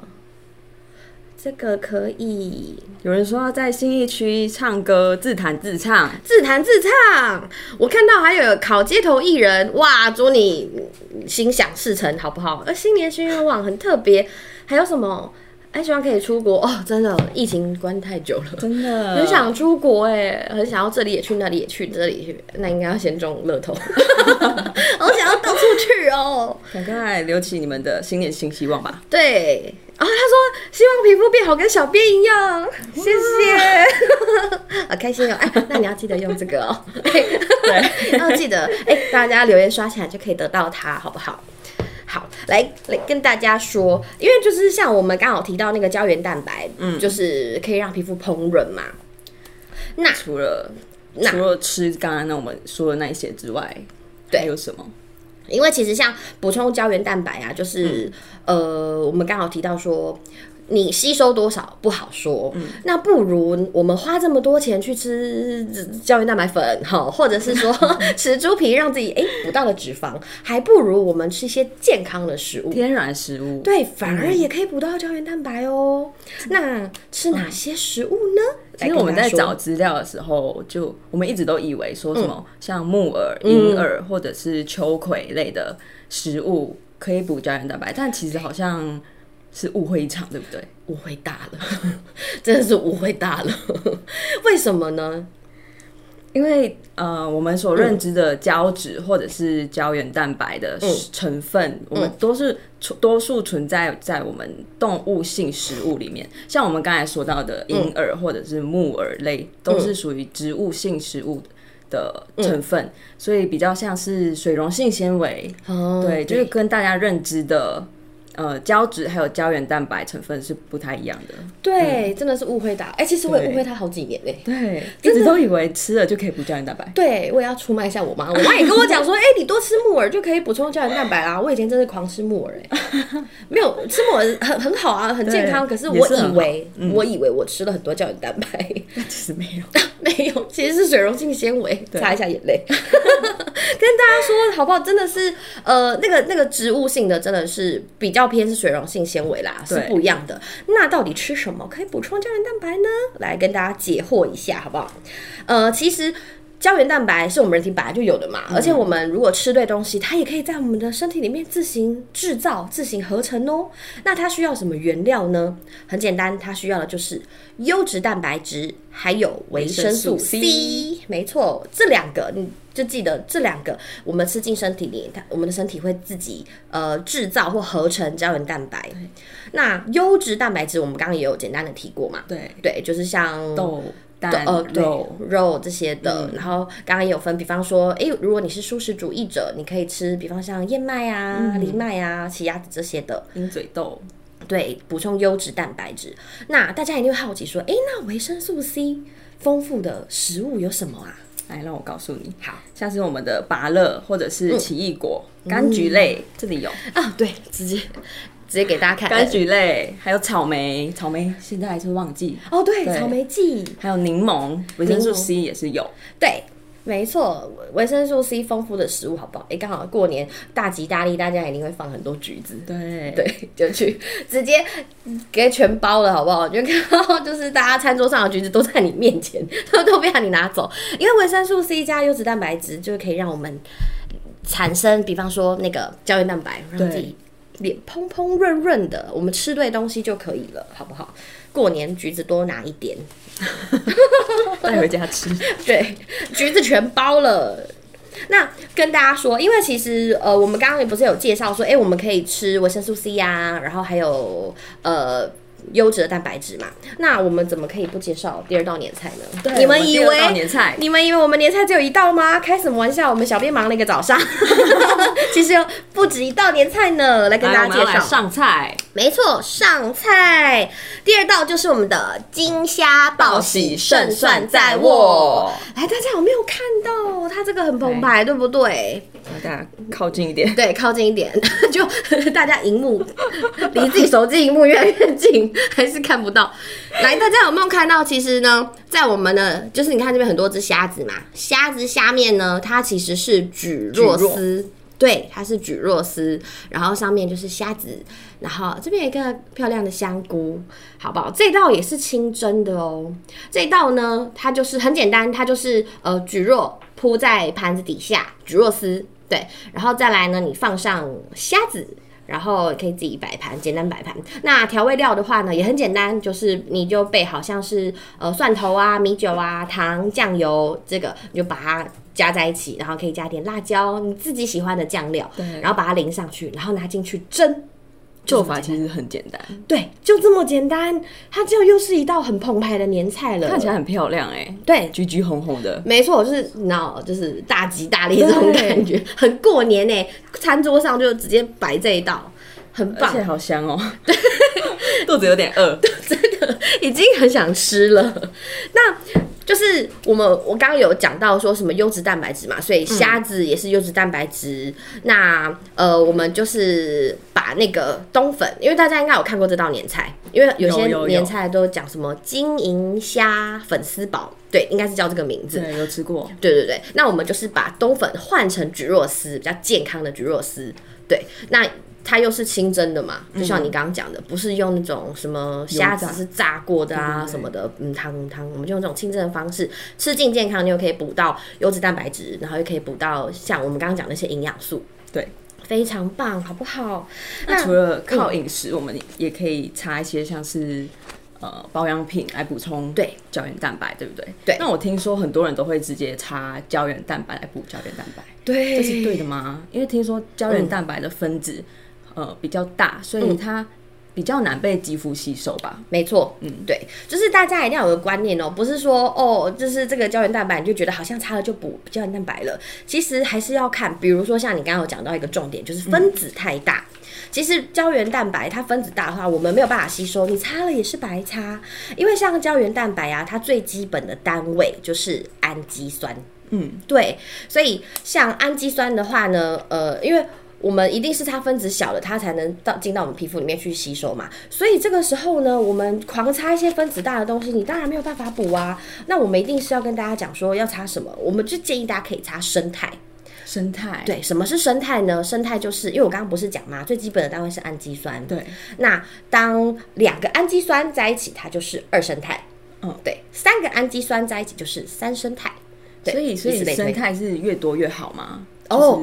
这个可以有人说要在新义区唱歌，自弹自唱，自弹自唱。我看到还有考街头艺人，哇，祝你嗯心想事成，好不好？呃，新年新愿望很特别，还有什么？哎，希望可以出国哦！真的，疫情关太久了，真的很想出国哎，很想要这里也去，那里也去，这里也去，那应该要先中乐透， 好想要到处去哦。赶快留起你们的新年新希望吧。对，啊、他说希望皮肤变好，跟小编一样，谢谢， 好开心哦！哎，那你要记得用这个哦，对，要记得 哎，大家留言刷起来就可以得到它，好不好？好，来来跟大家说，因为就是像我们刚好提到那个胶原蛋白，嗯，就是可以让皮肤蓬润嘛。那除了那除了吃刚刚那我们说的那一些之外，对还有什么？嗯因为其实像补充胶原蛋白啊，就是、呃，我们刚好提到说，你吸收多少不好说，嗯那不如我们花这么多钱去吃胶原蛋白粉哈，或者 是说吃猪皮让自己哎补到了脂肪，还不如我们吃一些健康的食物。天然食物，对，反嗯而也可以补到胶原蛋白哦。那吃哪些食物呢？其嗯实我们来在跟大家找说资料的时候，就我们一直都以为说什嗯么像木耳、银耳或者是秋葵类的食物可以补胶原蛋白，但其实好像是误会一场，对不对？误会大了， 真的是误会大了。 为什么呢？因为呃，我们所认知的胶质或者是胶原蛋白的成分，我们都是存多数存在在我们动物性食物里面。像我们刚才说到的银耳或者是木耳类，都是属于植物性食物的成分，所以比较像是水溶性纤维。哦，嗯对，就是跟大家认知的呃胶质还有胶原蛋白成分是不太一样的。对，真的是误会大。哎、其实我也对误会他好几年呢、对，一直都以为吃了就可以补胶原蛋白。对，我也要出卖一下我妈。我妈也跟我讲说，哎、你多吃木耳就可以补充胶原蛋白 啊啦。我以前真是狂吃木耳、哎，没有吃木耳很很好啊，很健康。可对是也我是很以好嗯为，我以为我吃了很多胶原蛋白，但其实没 有。 没有，其实是水溶性纤维。擦一下眼泪， 跟大家说好不好？真的是，呃，那个那个植物性的真的是比较偏是水溶性纤维啦，是对不一样的。那到底吃什么可以补充胶原蛋白呢？来跟大家解惑一下，好不好？呃，其实。胶原蛋白是我们人体本来就有的嘛，嗯而且我们如果吃对东西，它也可以在我们的身体里面自行制造、自行合成哦。那它需要什么原料呢？很简单，它需要的就是优质蛋白质，还有维生素维生素 C C 没错，这两个你就记得这两个，我们吃进身体里，它我们的身体会自己呃制造或合成胶原蛋白。那优质蛋白质，我们刚刚也有简单的提过嘛，对，对，就是像豆哦蛋呃对肉，肉这些的，然后刚刚也有分，比方说，诶，如果你是素食主义者，你可以吃，比方像燕麦啊、藜麦啊、奇亚籽这些的，鹰嘴豆，对，补充优质蛋白质。那大家一定会好奇说，诶，那维生素 C 丰富的食物有什么啊？来让我告诉你，好像是我们的芭乐或者是奇异果、柑橘类，这里有啊，对，直接直接给大家 看柑橘类，还有草莓，草莓现在还是旺季，哦，对，对草莓季，还有柠檬，维生素柠檬 C 也是有，对。没错，维生素 C 丰富的食物好不好？诶，刚好过年大吉大利，大家一定会放很多橘子，对对对，就去直接给全包了，好不好？你就看到就是大家餐桌上的橘子都在你面前，都都被你拿走，因为维生素 C 加优质蛋白质就可以让我们产生，比方说那个胶原蛋白，让自己脸蓬蓬润润的。我们吃对东西就可以了，好不好？过年橘子多拿一点，带回家 吃， 对，橘子全包了。那跟大家说，因为其实呃，我们刚刚也不是有介绍说，哎、我们可以吃维生素 C 呀、然后还有呃优质的蛋白质嘛。那我们怎么可以不介绍第二道年菜呢？你我们以第二道为年菜你们以为我们年菜只有一道吗？开什么玩笑！我们小编忙了一个 早上，其实有不止一道年菜呢。来跟来大我家们要介来绍，上菜，没错，上菜。第二道就是我们的金虾报喜，胜算在握。哎，大家有没有看到它这个很澎湃，对不对？大家靠近一点，对，靠近一点， 就大家荧幕离自己手机荧幕越来越近，还是看不到。来，大家有没有看到？其实呢，在我们的就是你看这边很多只虾子嘛，虾子下面呢，它其实是蒟若丝。对，它是蒟若丝，然后上面就是虾子，然后这边有一个漂亮的香菇，好不好？这道也是清蒸的哦。这道呢，它就是很简单，它就是呃蒟蒻铺在盘子底下，蒟蒻丝对，然后再来呢，你放上虾子。然后可以自己摆盘，简单摆盘。那调味料的话呢，也很简单，就是你就备好像是呃蒜头啊、米酒啊、糖、酱油，这个你就把它加在一起，然后可以加点辣椒，你自己喜欢的酱料，对然后把它淋上去，然后拿进去蒸。做法其实很简单，对，就这么简单，它就又是一道很澎湃的年菜了。看起来很漂亮哎，对，橘橘红红的，没错，就是你知道，就是大吉大利这种感觉，很过年呢、餐桌上就直接摆这一道，很而棒且，好香 哦，肚子有点饿，已经很想吃了。那就是我们我刚刚有讲到说什么优质蛋白质嘛，所以虾子也是优质蛋白质。那呃，我们就是把那个冬粉，因为大家应该有看过这道年菜，因为有些有有有年菜都讲什么金银虾粉丝煲，对，应该是叫这个名字。对，有吃过。对对对，那我们就是把冬粉换成菊若丝，比较健康的菊若丝。对，那它又是清蒸的嘛，嗯就像你刚刚讲的，不是用那种什么虾子油炸是炸过的对啊对对什么的，嗯汤嗯汤，我们就用这种清蒸的方式，吃进健康，你又可以补到优质蛋白质，然后又可以补到像我们刚刚讲的那些营养素，对，非常棒，好不好？那除嗯了靠饮食，我们也可以擦一些像是呃保养品来补充对胶原蛋白，对不对？对那我听说很多人都会直接擦胶原蛋白来补胶原蛋白，对这是对的吗？因为听说胶嗯原蛋白的分子、呃比较大，所以它比较难被肌肤吸收吧？没错，嗯，对，就是大家一定要有个观念哦，不是说哦，就是这个胶原蛋白你就觉得好像擦了就补胶原蛋白了，其实还是要看，比如说像你刚刚有讲到一个重点，就是分子太大。其实胶原蛋白它分子大的话，我们没有办法吸收，你擦了也是白擦，因为像胶原蛋白啊，它最基本的单位就是氨基酸。嗯，对，所以像氨基酸的话呢，呃，因为我们一定是它分子小了，它才能到进到我们皮肤里面去吸收嘛。所以这个时候呢，我们狂擦一些分子大的东西，你当然没有办法补啊。那我们一定是要跟大家讲说要擦什么，我们就建议大家可以擦生态。生态对，什么是生态呢？生态就是因为我刚刚不是讲嘛，最基本的单位是氨基酸。对，那当两个氨基酸在一起，它就是二生态。嗯对，三个氨基酸在一起就是三生态。对所以所以以此类推生态是越多越好吗？哦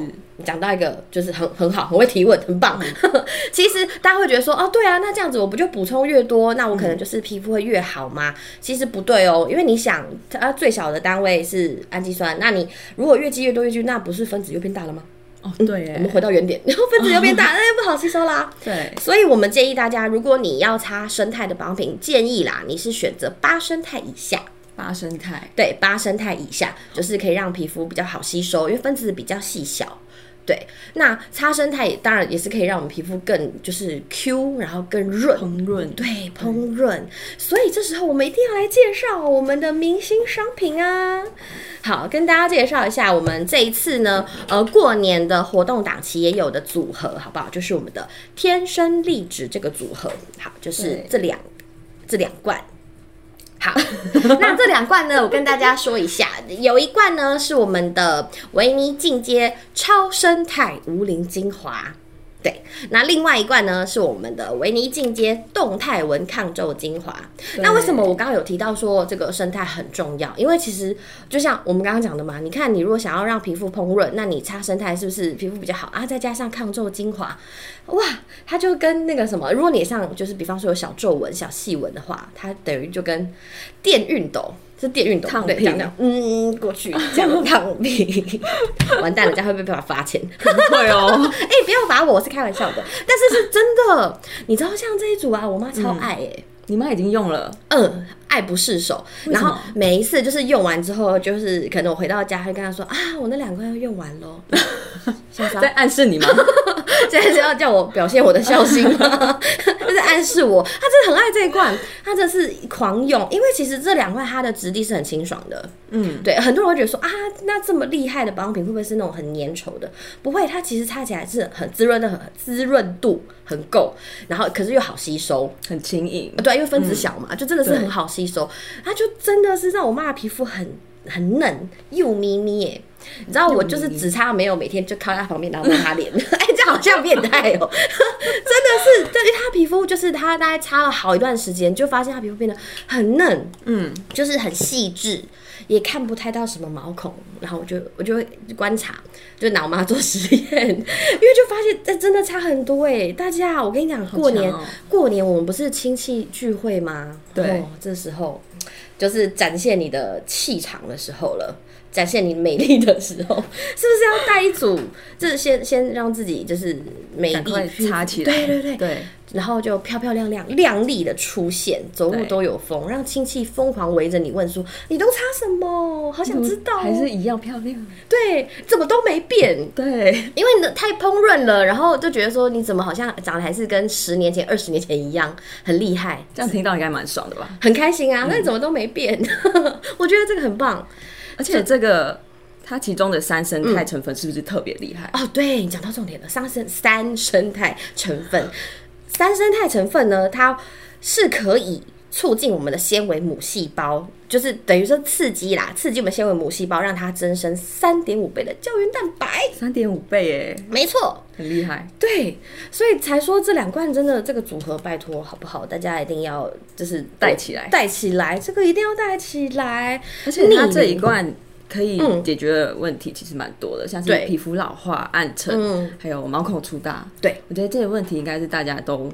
就是你讲到一个就是很很好，很会提问，很棒。 其实大家会觉得说，哦，对啊，那这样子我不就补充越多，那我可能就是皮肤会越好吗？其实不对哦，因为你想，它最小的单位是氨基酸，那你如果越积越多越积，那不是分子又变大了吗？哦，对耶，嗯我们回到原点， 然后分子又变大，那哎就不好吸收啦。对所以我们建议大家，如果你要擦生态的保养品，建议啦，你是选择八生态以下。八生态，对，八生态以下就是可以让皮肤比较好吸收，因为分子比较细小。对，那擦生态当然也是可以让我们皮肤更就是 Q，然后更润。烹饪对，烹饪，所以这时候我们一定要来介绍我们的明星商品啊！好，跟大家介绍一下我们这一次呢，呃，过年的活动档期也有的组合，好不好？就是我们的天生丽质这个组合，好，就是对这两这两罐。好， 那这两罐呢，我跟大家说一下，有一罐呢是我们的维尼进阶超生态无磷精华，对，那另外一罐呢是我们的维尼进阶动态纹抗皱精华。对那为什么我刚刚有提到说这个生态很重要？因为其实就像我们刚刚讲的嘛，你看你如果想要让皮肤烹润，那你擦生态是不是皮肤比较好啊？再加上抗皱精华，哇，它就跟那个什么，如果脸上就是比方说有小皱纹、小细纹的话，它等于就跟电熨斗。是电熨斗烫对平这样这样嗯，过去这样烫平，完蛋了，这样会被爸爸发 钱。对 哦，哎、不要罚我，我是开玩笑的，但是是真的。你知道像这一组啊，我妈超爱哎、你妈已经用了。嗯、爱不释手。为然什么后每一次就是用完之后，就是可能我回到家会跟她说啊，我那两罐要用完喽。 现在是要在暗示你吗？现 在是要叫我表现我的孝心吗？ 就是暗示我，她真的很爱这一罐，她真的是狂用，因为其实这两罐它的质地是很清爽的。嗯，对，很多人会觉得说啊，那这么厉害的保养品会不会是那种很粘稠的？不会，它其实擦起来是很滋润的，很滋润度很够，然后可是又好吸收。很轻盈呃，对，因为分子小嘛，就真的嗯是对很好吸收。它就真的是让我妈的皮肤很很嫩又咪咪耶。你知道我就是只擦没有每天就靠在她旁边然后摸她脸， 哎，这样好像变态哦、 真的是，对于她皮肤就是她大概擦了好一段时间，就发现她皮肤变得很嫩，嗯，就是很细致，也看不太到什么毛孔。然后我就我就会观察，就拿我妈做实验，因 为就发现这真的差很多哎、大家，我跟你讲，过年、哦过年我们不是亲戚聚会吗？对哦这时候就是展现你的气场的时候了。展现你美丽的时候， 是不是要带一组？这先先让自己就是美赶快丽擦起来。对对对，对，然后就漂漂亮亮、亮丽的出现，走路对都有风，让亲戚疯狂围着你问说：“你都擦什么？好想知道哦。”还是一样漂亮。对，怎么都没变，对，因为你的太烹润了，然后就觉得说你怎么好像长得还是跟十年前、二十年前一样，很厉害，这样听到应该蛮爽的吧？很开心啊。那你怎么都没变？ 我觉得这个很棒而且嗯这个它其中的三生态成分是不是特别厉害？哦。对你讲到重点了，三生三生态成分。三生态成分呢，它是可以促进我们的纤维母细胞，就是等于说刺激啦，刺激我们纤维母细胞，让它增生三点五倍的胶原蛋白。三点五倍哎，没错，很厉害。对，所以才说这两罐真的这个组合，拜托好不好？大家一定要就是带起来带起来，这个一定要带起来。而且它这一逆龄罐可以解决的问题其实蛮多的，像是对皮肤老化、暗沉，嗯还有毛孔粗大。对我觉得这些问题应该是大家都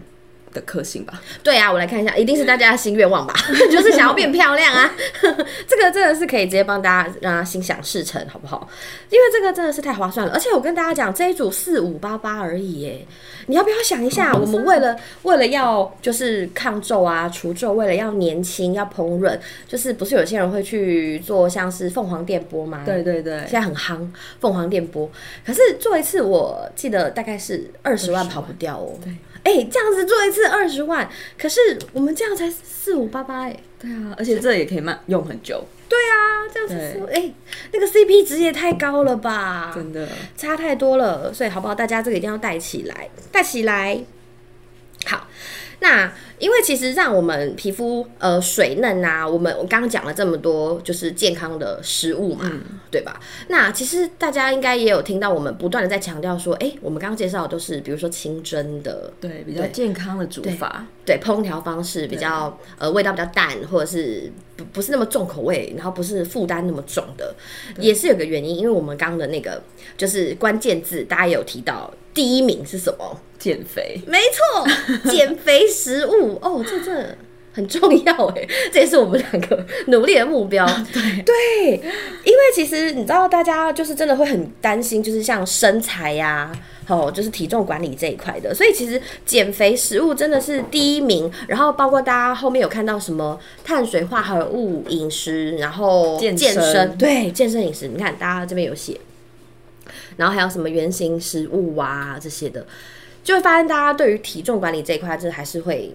的克星吧。对啊，我来看一下，一定是大家的新愿望吧， 就是想要变漂亮啊。 这个真的是可以直接帮大家让他心想事成，好不好？因为这个真的是太划算了，而且我跟大家讲，这一组四五八八而已耶。你要不要想一下，我们为了为了要就是抗皱啊、除皱，为了要年轻、要蓬润，就是不是有些人会去做像是凤凰电波吗？对对对，现在很夯凤凰电波，可是做一次我记得大概是二十万跑不掉哦。对，哎、这样子做一次二十万，可是我们这样才四五八八哎。对啊，而且这也可以慢用很久，对啊，这样子对四五哎、那个 CP 值也太高了吧，真的。差太多了，所以好不好？大家这个一定要带起来，带起来。好，那因为其实让我们皮肤呃水嫩啊，我们我刚刚讲了这么多就是健康的食物嘛，对吧？那其实大家应该也有听到我们不断的在强调说，哎、我们刚刚介绍的都是比如说清蒸的，对，比较健康的煮法，对烹调方式比较呃味道比较淡，或者是不不是那么重口味，然后不是负担那么重的，也是有个原因，因为我们刚刚的那个就是关键字，大家也有提到第一名是什么？减肥。没错，减肥食物哦，这这很重要哎，这也是我们两个努力的目标。 啊对对，因为其实你知道，大家就是真的会很担心，就是像身材呀、哦，就是体重管理这一块的，所以其实减肥食物真的是第一名。然后包括大家后面有看到什么碳水化合物饮食，然后健健身身对健身饮食，你看大家这边有写。然后还有什么原型食物啊这些的，就会发现大家对于体重管理这一块，这还是会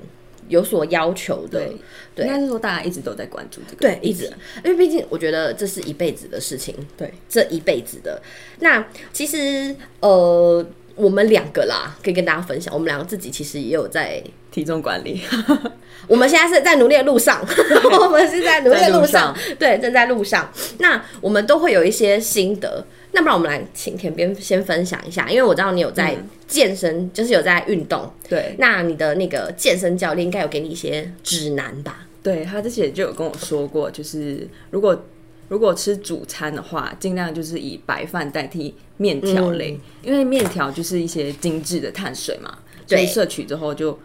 有所要求的。对，对应该是说大家一直都在关注这个。对，一直，因为毕竟我觉得这是一辈子的事情，对，这一辈子的。那其实呃，我们两个啦，可以跟大家分享，我们两个自己其实也有在，体重管 理。我们现在是在努力的路 上，我们是在努力的路上，对，正在路上。那我们都会有一些心得。那不然我们来请田边先分享一下，因为我知道你有在健身，就是有在运动， 对那你的那个健身教练应该有给你一些指南吧？对，他之前就有跟我说过，就是如果如果吃主餐的话，尽量就是以白饭代替面条嗯类，因为面条就是一些精致的碳水嘛，所以对摄取之后就嘖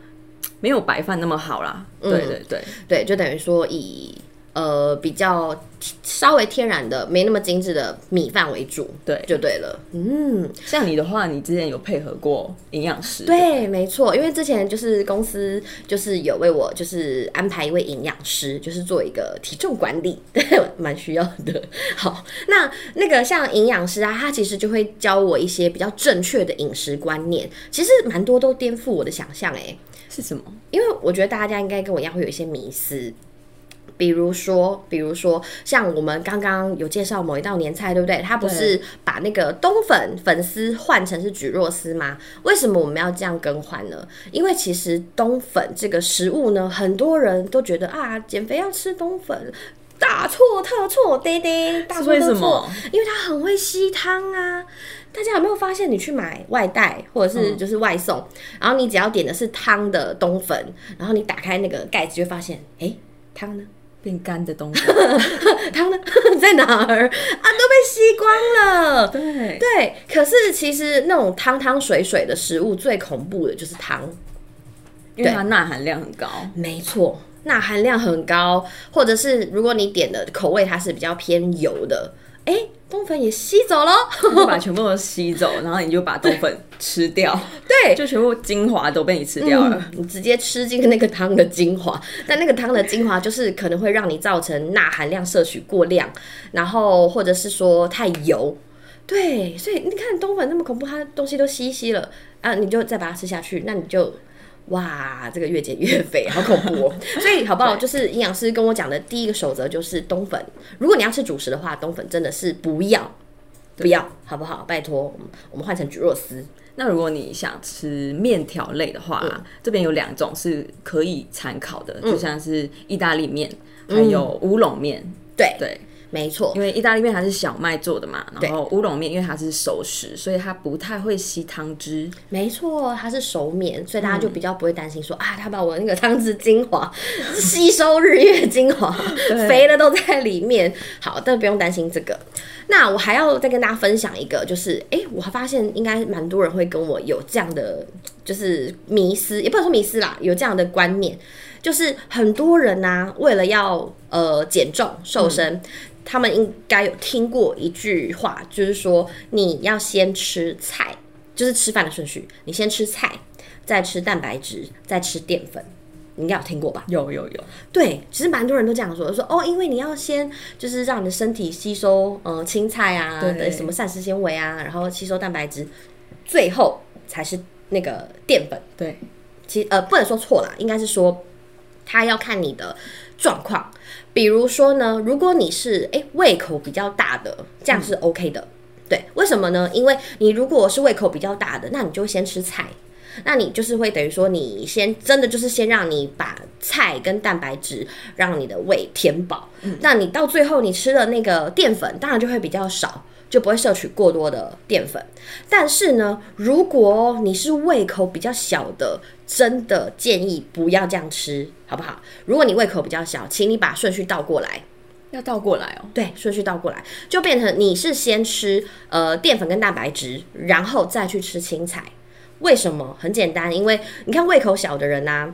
没有白饭那么好啦。嗯对对对，对，就等于说以呃比较稍微天然的、没那么精致的米饭为主，对就对了。嗯，像你的话，你之前有配合过营养师，，对，没错，因为之前就是公司就是有为我就是安排一位营养师，就是做一个体重管理， 对，蛮需要的。好，那那个像营养师啊，他其实就会教我一些比较正确的饮食观念，其实蛮多都颠覆我的想象诶、欸是什么？因为我觉得大家应该跟我一样会有一些迷思，比如说，比如说像我们刚刚有介绍某一道年菜，对不对？它不是把那个冬粉粉丝换成是蒟蒻丝吗？为什么我们要这样更换呢？因为其实冬粉这个食物呢，很多人都觉得啊，减肥要吃冬粉。大错特错，爹爹，大错为特什错么，因为它很会吸汤啊。大家有没有发现，你去买外带或者是嗯就是外送，然后你只要点的是汤的冬粉，然后你打开那个盖子，就会发现，哎、汤呢？ 变干的东西。汤呢？ 在哪儿啊？都被吸光了。对， 对，可是其实那种汤汤水水的食物，最恐怖的就是汤。因为它钠含量很高。没错，钠含量很高，或者是如果你点的口味它是比较偏油的，哎、冬粉也吸走喽。它就把全部都吸走，然后你就把冬粉吃掉， 对，就全部精华都被你吃掉了。嗯你直接吃进那个汤的精华，但那个汤的精华就是可能会让你造成钠含量摄取过量，然后或者是说太油。对，所以你看冬粉那么恐怖，它东西都吸一吸了啊，你就再把它吃下去，那你就哇，这个越减越肥，好恐怖哦！所以好不好？就是营养师跟我讲的第一个守则就是冬粉，如果你要吃主食的话，冬粉真的是不要。不要，好不好？拜托，我们我们换成菊若丝。那如果你想吃面条类的话，这边有两种是可以参考的，就像是意大利面，还有乌龙面。对对，没错因，为意大利面它是小麦做的嘛，然后乌龙面因为它是熟食，所以它不太会吸汤汁。没错，它是熟面，所以大家就比较不会担心说、啊，他把我那个汤汁精华 吸收日月精华，肥的都在里面。好，但不用担心这个。那我还要再跟大家分享一个，就是哎、诶我发现应该蛮多人会跟我有这样的就是迷思，也不能说迷思啦，有这样的观念，就是很多人呐、为了要呃减重瘦身。他们应该有听过一句话，就是说你要先吃菜，就是吃饭的顺序，你先吃菜，再吃蛋白质，再吃淀粉，你应该有听过吧？有有有，对，其实蛮多人都这样说，说哦，因为你要先就是让你的身体吸收呃青菜啊对的什么膳食纤维啊，然后吸收蛋白质，最后才是那个淀粉。对，其呃不能说错啦，应该是说它要看你的状况。比如说呢，如果你是诶胃口比较大的，这样是 OK 的。对，为什么呢？因为你如果是胃口比较大的，那你就先吃菜。那你就是会等于说，你先真的就是先让你把菜跟蛋白质让你的胃填饱，那你到最后你吃的那个淀粉当然就会比较少，就不会摄取过多的淀粉。但是呢，如果你是胃口比较小的，真的建议不要这样吃，好不好？如果你胃口比较小，请你把顺序倒过来。要倒过来哦。对，顺序倒过来就变成你是先吃呃淀粉跟蛋白质，然后再去吃青菜。为什么？很简单，因为你看胃口小的人呐、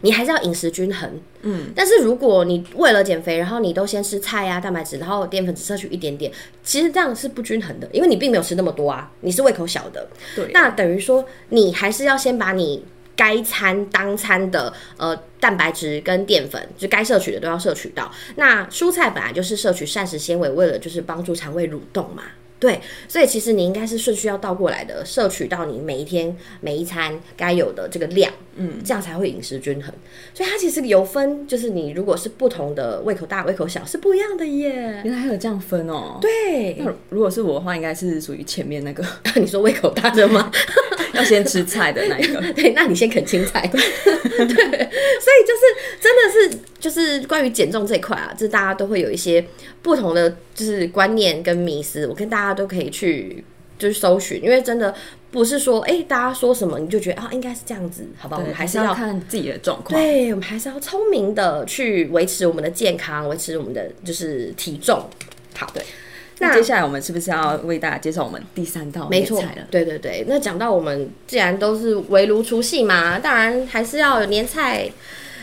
你还是要饮食均衡。嗯，但是如果你为了减肥，然后你都先吃菜啊、蛋白质，然后淀粉只摄取一点点，其实这样是不均衡的，因为你并没有吃那么多啊，你是胃口小的。对那等于说你还是要先把你该餐当餐的呃蛋白质跟淀粉，就该摄取的都要摄取到。那蔬菜本来就是摄取膳食纤维，为了就是帮助肠胃蠕动嘛。对，所以其实你应该是顺序要倒过来的，摄取到你每一天每一餐该有的这个量，嗯，这样才会饮食均衡。所以它其实有分，就是你如果是不同的胃口大、胃口小是不一样的耶。原来还有这样分哦。对，那如果是我的话，应该是属于前面那个 你说胃口大的吗？ 要先吃菜的那一个。对，那你先啃青菜。对， 所以就是真的是就是关于减重这一块啊，这大家都会有一些不同的就是观念跟迷思，我跟大家都可以去就是搜寻，因为真的不是说哎、诶大家说什么你就觉得啊应该是这样子，好吧？我们对，还还是是要要看自己的状况。对，我们还是要聪明的去维持我们的健康，维持我们的就是体重。好，对。那接下来我们是不是要为大家介绍我们第三道没野错菜了，？对对对。那讲到我们既然都是围炉除夕嘛，当然还是要有年菜。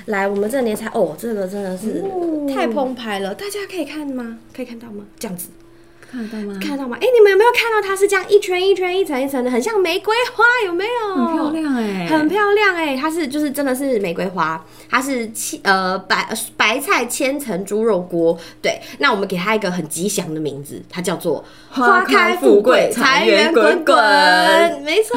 来，我们这个年菜哦，这个真的是哦太澎湃了，大家可以看吗？可以看到吗？这啊样子看得到吗？看得到吗？哎、你们有没有看到它是这样一圈一圈、一层一层的，很像玫瑰花，有没有？很漂亮哎、很漂亮哎、它是就是真的是玫瑰花，它是千呃白呃白菜千层猪肉锅。对，那我们给它一个很吉祥的名字，它叫做花开富贵财源滚滚没错，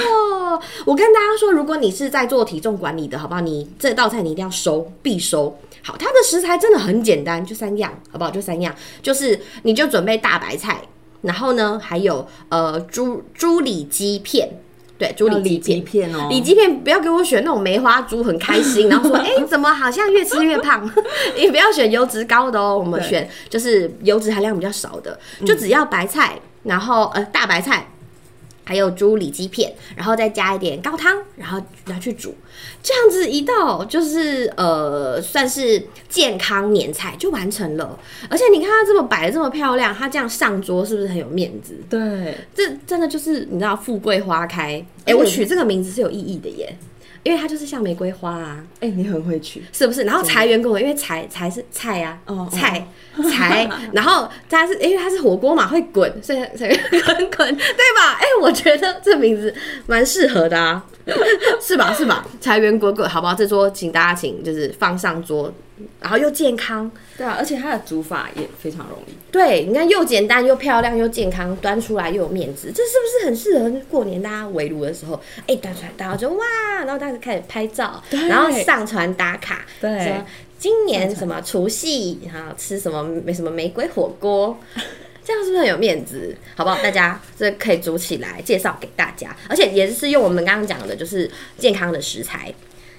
我跟大家说，如果你是在做体重管理的，好不好？你这道菜你一定要收，必收。好，它的食材真的很简单，就三样，好不好？就三样，就是你就准备大白菜，然后呢，还有呃猪猪里脊片，对，猪要里脊里片脊，片哦，里脊片不要给我选那种梅花猪，很开心，然后说哎、诶怎么好像越吃越胖？ 你不要选油脂高的哦，我们对选就是油脂含量比较少的，就只要白菜，然后呃大白菜。还有猪里脊片，然后再加一点高汤，然后拿去煮，这样子一道就是呃，算是健康年菜就完成了。而且你看它这么摆的这么漂亮，它这样上桌是不是很有面子？对，这真的就是你知道富贵花开，哎、嗯我取这个名字是有意义的耶，因为它就是像玫瑰花啊，哎、你很会取，是不是？然后财源滚滚，因为财财是菜啊，哦 菜财，然后它是因为它是火锅嘛，会滚，所以 财源滚滚，对吧？哎、我觉得这名字蛮适合的啊， 是吧？是吧？财源滚滚，好不好？这桌请大家请就是放上桌，然后又健康，对啊，而且它的煮法也非常容易，对，你看又简单又漂亮又健康，端出来又有面子，这是不是很适合过年大家围炉的时候？哎、端出来大家就哇，然后大家开始拍照，对然后上传打卡，对什么今年什么除夕哈、啊、吃什么没什么玫瑰火锅。这样是不是很有面子？好不好？大家这可以组起来介绍给大家，而且也是用我们刚刚讲的，就是健康的食材，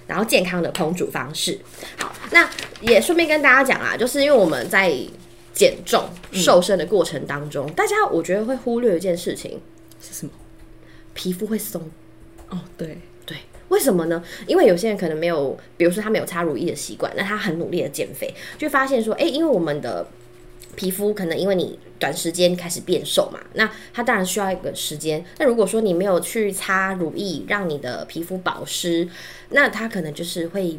然后健康的烹煮方式。好，那也顺便跟大家讲啊，就是因为我们在减重瘦身的过程当中，大家我觉得会忽略一件事情，是什么？皮肤会松。哦，对，对，为什么呢？因为有些人可能没有，比如说他没有擦乳液的习惯，那他很努力的减肥，就发现说，哎、因为我们的皮肤可能因为你短时间开始变瘦嘛，那它当然需要一个时间。那如果说你没有去擦乳液，让你的皮肤保湿，那它可能就是会。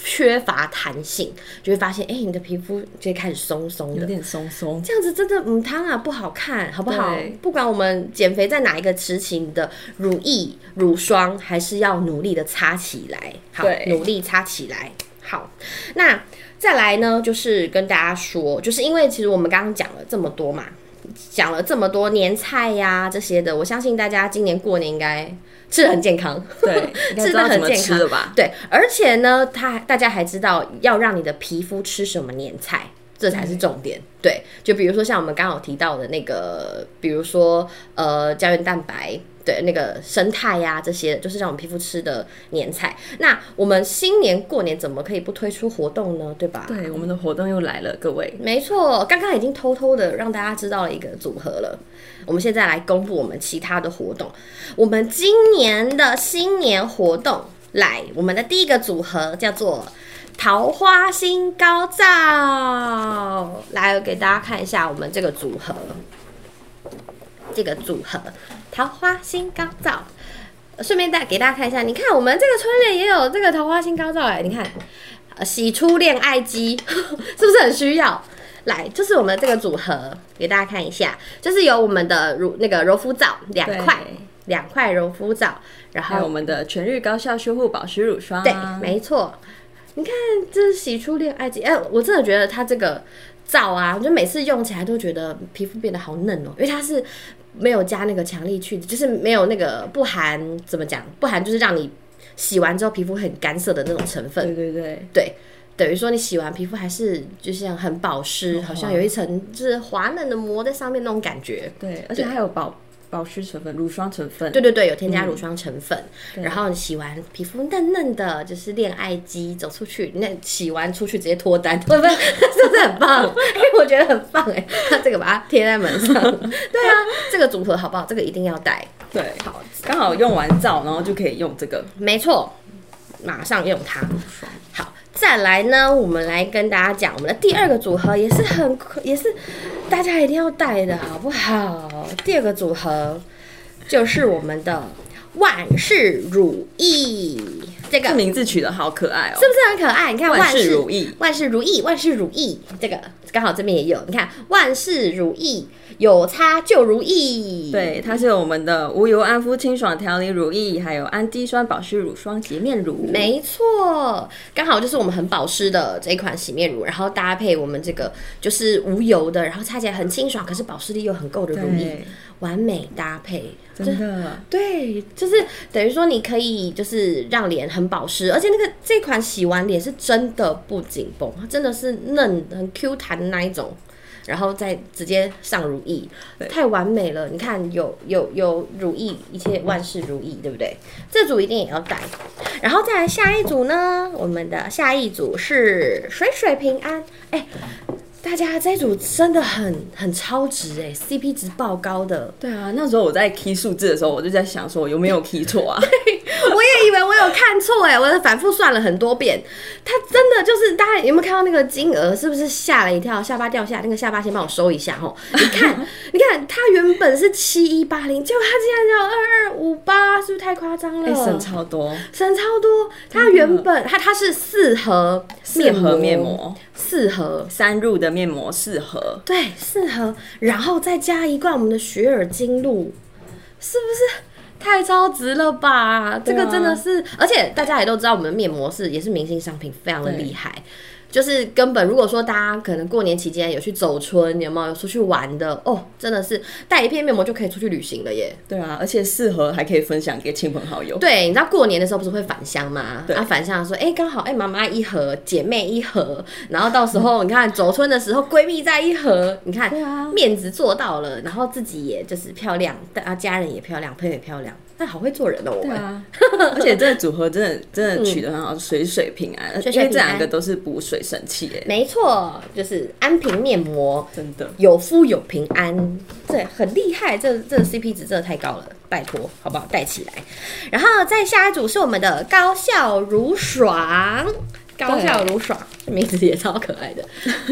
缺乏弹性，就会发现，哎、你的皮肤就会开始松松的有，点松 松。这样子真的嗯，汤啊不好看，好不好对？不管我们减肥在哪一个时期，你的乳液、乳霜还是要努力的擦起来，好对，努力擦起来。好，那再来呢，就是跟大家说，就是因为其实我们刚刚讲了这么多嘛，讲了这么多年菜呀、这些的，我相信大家今年过年应该吃的很健康。对，应该知道怎么吃了吧？对，而且呢，它大家还知道要让你的皮肤吃什么年菜，这才是重点。对，就比如说像我们刚刚有提到的那个，比如说呃胶原蛋白。对，那个生态呀、这些就是让我们皮肤吃的年菜。那我们新年过年怎么可以不推出活动呢？对吧？对，我们的活动又来了，各位。没错，刚刚已经偷偷的让大家知道了一个组合了。我们现在来公布我们其他的活动。我们今年的新年活动，来，我们的第一个组合叫做“桃花心高照”。来，我给大家看一下我们这个组合，这个组合“桃花心高照”。顺便带给大家看一下，你看我们这个春联也有这个桃花心高照哎、你看，呃喜出恋爱机 是不是很需要？来，就是我们这个组合，给大家看一下，就是有我们的乳那个柔肤皂两块对，两块柔肤皂，然还有我后们的全日高效修护保湿乳霜、对，没错，你看这是喜出恋爱机，哎、我真的觉得它这个皂啊，我就每次用起来都觉得皮肤变得好嫩哦，因为它是没有加那个强力去，就是没有那个不含怎么讲，不含就是让你洗完之后皮肤很干涩的那种成分，对对对，对，等于说你洗完皮肤还是就像很保湿，很滑好像有一层就是滑嫩的膜在上面那种感觉。对，而且还有保保湿成分、乳霜成分。对对对，有添加乳霜成分，然后你洗完皮肤嫩嫩的，就是恋爱肌，走出去，那洗完出去直接脱 单，会不会是不是很 棒？哎、我觉得很棒哎、那这个把它贴在门上， 对啊，这个组合好不好？这个一定要带，对，好，刚好用完皂，然后就可以用这个没错，马上用它。乳霜。好，再来呢，我们来跟大家讲我们的第二个组合，也是很可也是大家一定要带的好不好？第二个组合就是我们的万事如意，这个这是名字取得好可爱哦、不是很可爱？你看万万事事如意，万事如意，万事如意，这个刚好这边也有，你看万事如意，有擦就如意，。对，它是有我们的无油安肤清爽调理乳液，还有氨基酸保湿乳霜洁面乳。没错，刚好就是我们很保湿的这一款洗面乳，然后搭配我们这个就是无油的，然后擦起来很清爽，可是保湿力又很够的乳液对，，完美搭配。真的，对，就是等于说你可以就是让脸很保湿，而且那个这款洗完脸是真的不紧绷，它真的是嫩很 Q 弹的那一种，然后再直接上乳液，太完美了。你看有有有乳液，一切万事如意，对不对？这组一定也要带，然后再来下一组呢，我们的下一组是水水平安，哎。大家这一组真的很很超值哎、c p 值爆高的，对啊，那时候我在 key 数字的时候，我就在想说，我有没有 key 错 啊？我也以为我有看错哎，我反复算了很多遍，他真的就是大家有没有看到那个金额？是不是吓了一跳，下巴掉下来？那个下巴先帮我收一下吼。你看，你看，他原本是七一八零，结果他竟然要二二五八，是不是太夸张了？哎、省超多，省超多。他原本他他是四盒四面盒膜，面膜，四盒。三入的面膜四盒，对，四盒，然后再加一罐我们的雪耳精露，是不是太超值了吧？这啊个真的是，而且大家也都知道，我们面膜是也是明星商品，非常的厉害。就是根本如果说大家可能过年期间有去走村，有没有有出去玩的哦，真的是带一片面膜就可以出去旅行了耶。对啊，而且适合还可以分享给亲朋好友。对，你知道过年的时候不是会返乡吗？啊，返乡说，哎、刚好哎，妈、妈一盒，姐妹一盒，然后到时候你看走村的时候，闺蜜在一盒，你看、对啊面子做到了，然后自己也就是漂亮，大家家人也漂亮，朋友也漂亮，那好会做人哦，我对们。啊， 而且这个组合真的真的取得很好，水水平安，水水因为这平安两个都是补水神器哎，没错，就是安瓶面膜，真的。有夫有平安，这很厉害，这这 CP 值真的太高了，拜托，好不好？带起来。然后再下一组是我们的高笑如爽，高笑如爽，名字也超可爱的，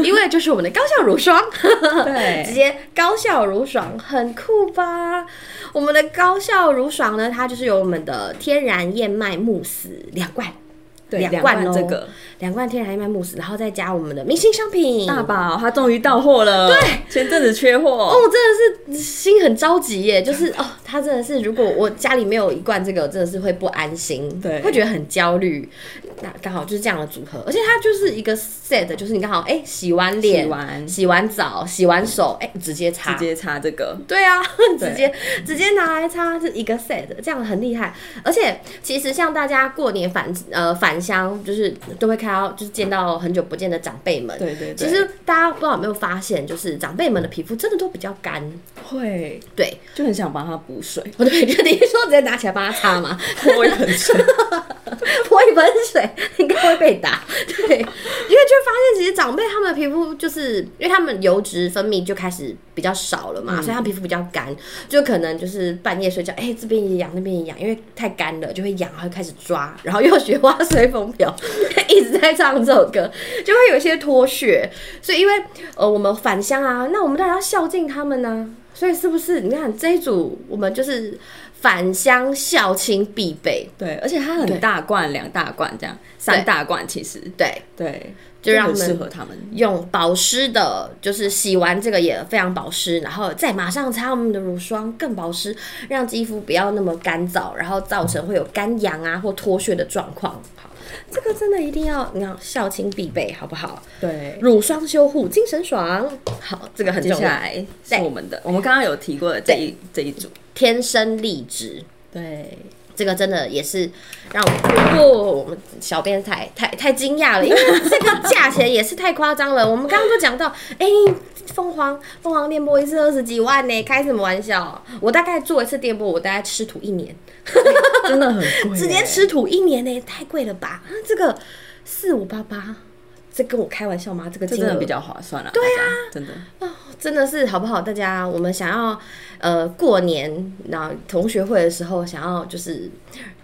因为就是我们的高笑如霜， 对直接高笑如爽，很酷吧？我们的高笑如爽呢，它就是有我们的天然燕麦慕斯两罐。对，两哦两罐罐咯这个两罐天然燕麦慕斯，然后再加我们的明星商品大宝他终于到货了，对，前阵子缺哦，货，我真的是心很着急耶，就是哦，他真的是，如果我家里没有一罐这个，真的是会不安心，对会觉得很焦虑。那刚好就是这样的组合，而且它就是一个 set，就是你刚好哎、洗完脸、洗完洗完澡、洗完手，哎、直接擦，直接擦这个，对啊，对直接直接拿来擦是一个 set，这样很厉害。而且其实像大家过年返呃返乡，就是都会看到，就是见到很久不见的长辈们。对对对，其实大家不知道有没有发现，就是长辈们的皮肤真的都比较干，会对，就很想帮他补水，不对，就你是说直接拿起来帮他擦嘛，泼一盆水， 泼一盆水应该会被打。 对，因为就发现其实长辈他们的皮肤就是因为他们油脂分泌就开始比较少了嘛，所以他们皮肤比较干，就可能就是半夜睡觉，哎、这边也痒，那边也痒，因为太干了就会痒，然后开始抓，然后又学花随风飘， 一直在唱这首歌，就会有一些脱屑。所以因为呃我们返乡啊，那我们当然要孝敬他们呢、所以是不是你看这一组我们就是返乡孝亲必备？ 对，而且它很大罐，两大罐这样，三大罐其实对，对，就让很他们适合他们，用保湿的，就是洗完这个也非常保湿，然后再马上擦我们的乳霜更保湿，让肌肤不要那么干燥，然后造成会有干痒啊或脱屑的状况。好，这个真的一定要，你要孝亲必备，好不好？对。乳霜修护，精神爽。好，这个很接重下要。来是我们的，我们刚刚有提过的这一这一组，天生丽质，对，这个真的也是让我，哦、我们小编太太太惊讶了，因为 这个价钱也是太夸张了。我们刚刚都讲到，哎、凤凰凤凰电波一次二十几万呢、开什么玩笑？我大概做一次电波，我大概吃土一年，真的很贵，直接吃土一年呢、太贵了吧？啊，这个四五八八，这跟我开玩笑吗？这个这金真额的比较划算了。对啊，真的真的是好不好？大家，我们想要呃过年，然后同学会的时候，想要就是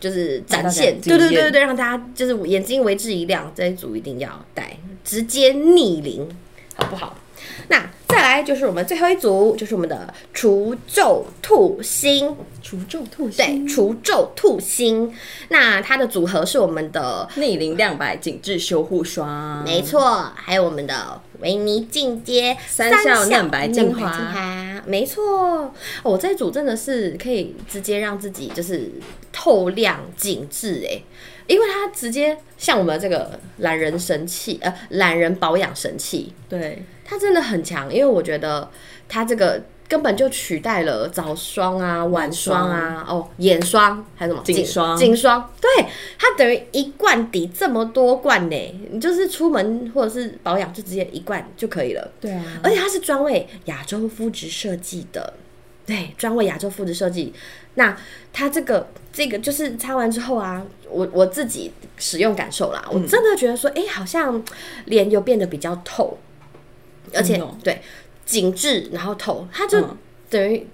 就是展现，让大家有经对验对对对，让大家就是眼睛为之一亮，这一组一定要带，直接逆龄，好不好？那再来就是我们最后一组，就是我们的除皱兔星，除皱兔对，除皱兔星，那它的组合是我们的逆龄亮白紧致修护霜，没错，还有我们的维尼进阶三效嫩白精华没错。我、哦、这组真的是可以直接让自己就是透亮紧致哎，因为它直接像我们这个懒人神器呃懒人保养神器，对，它真的很强，因为我觉得它这个。根本就取代了早霜啊、晚霜啊、哦眼霜还有什么颈霜颈霜，对它等于一罐抵这么多罐呢。你就是出门或者是保养就直接一罐就可以了。对啊，而且它是专为亚洲肤质设计的，对，专为亚洲肤质设计。那它这个这个就是擦完之后啊，我我自己使用感受啦，我真的觉得说，哎、好像脸有变得比较透，而且、真的哦对紧致，然后透，它就嗯等于、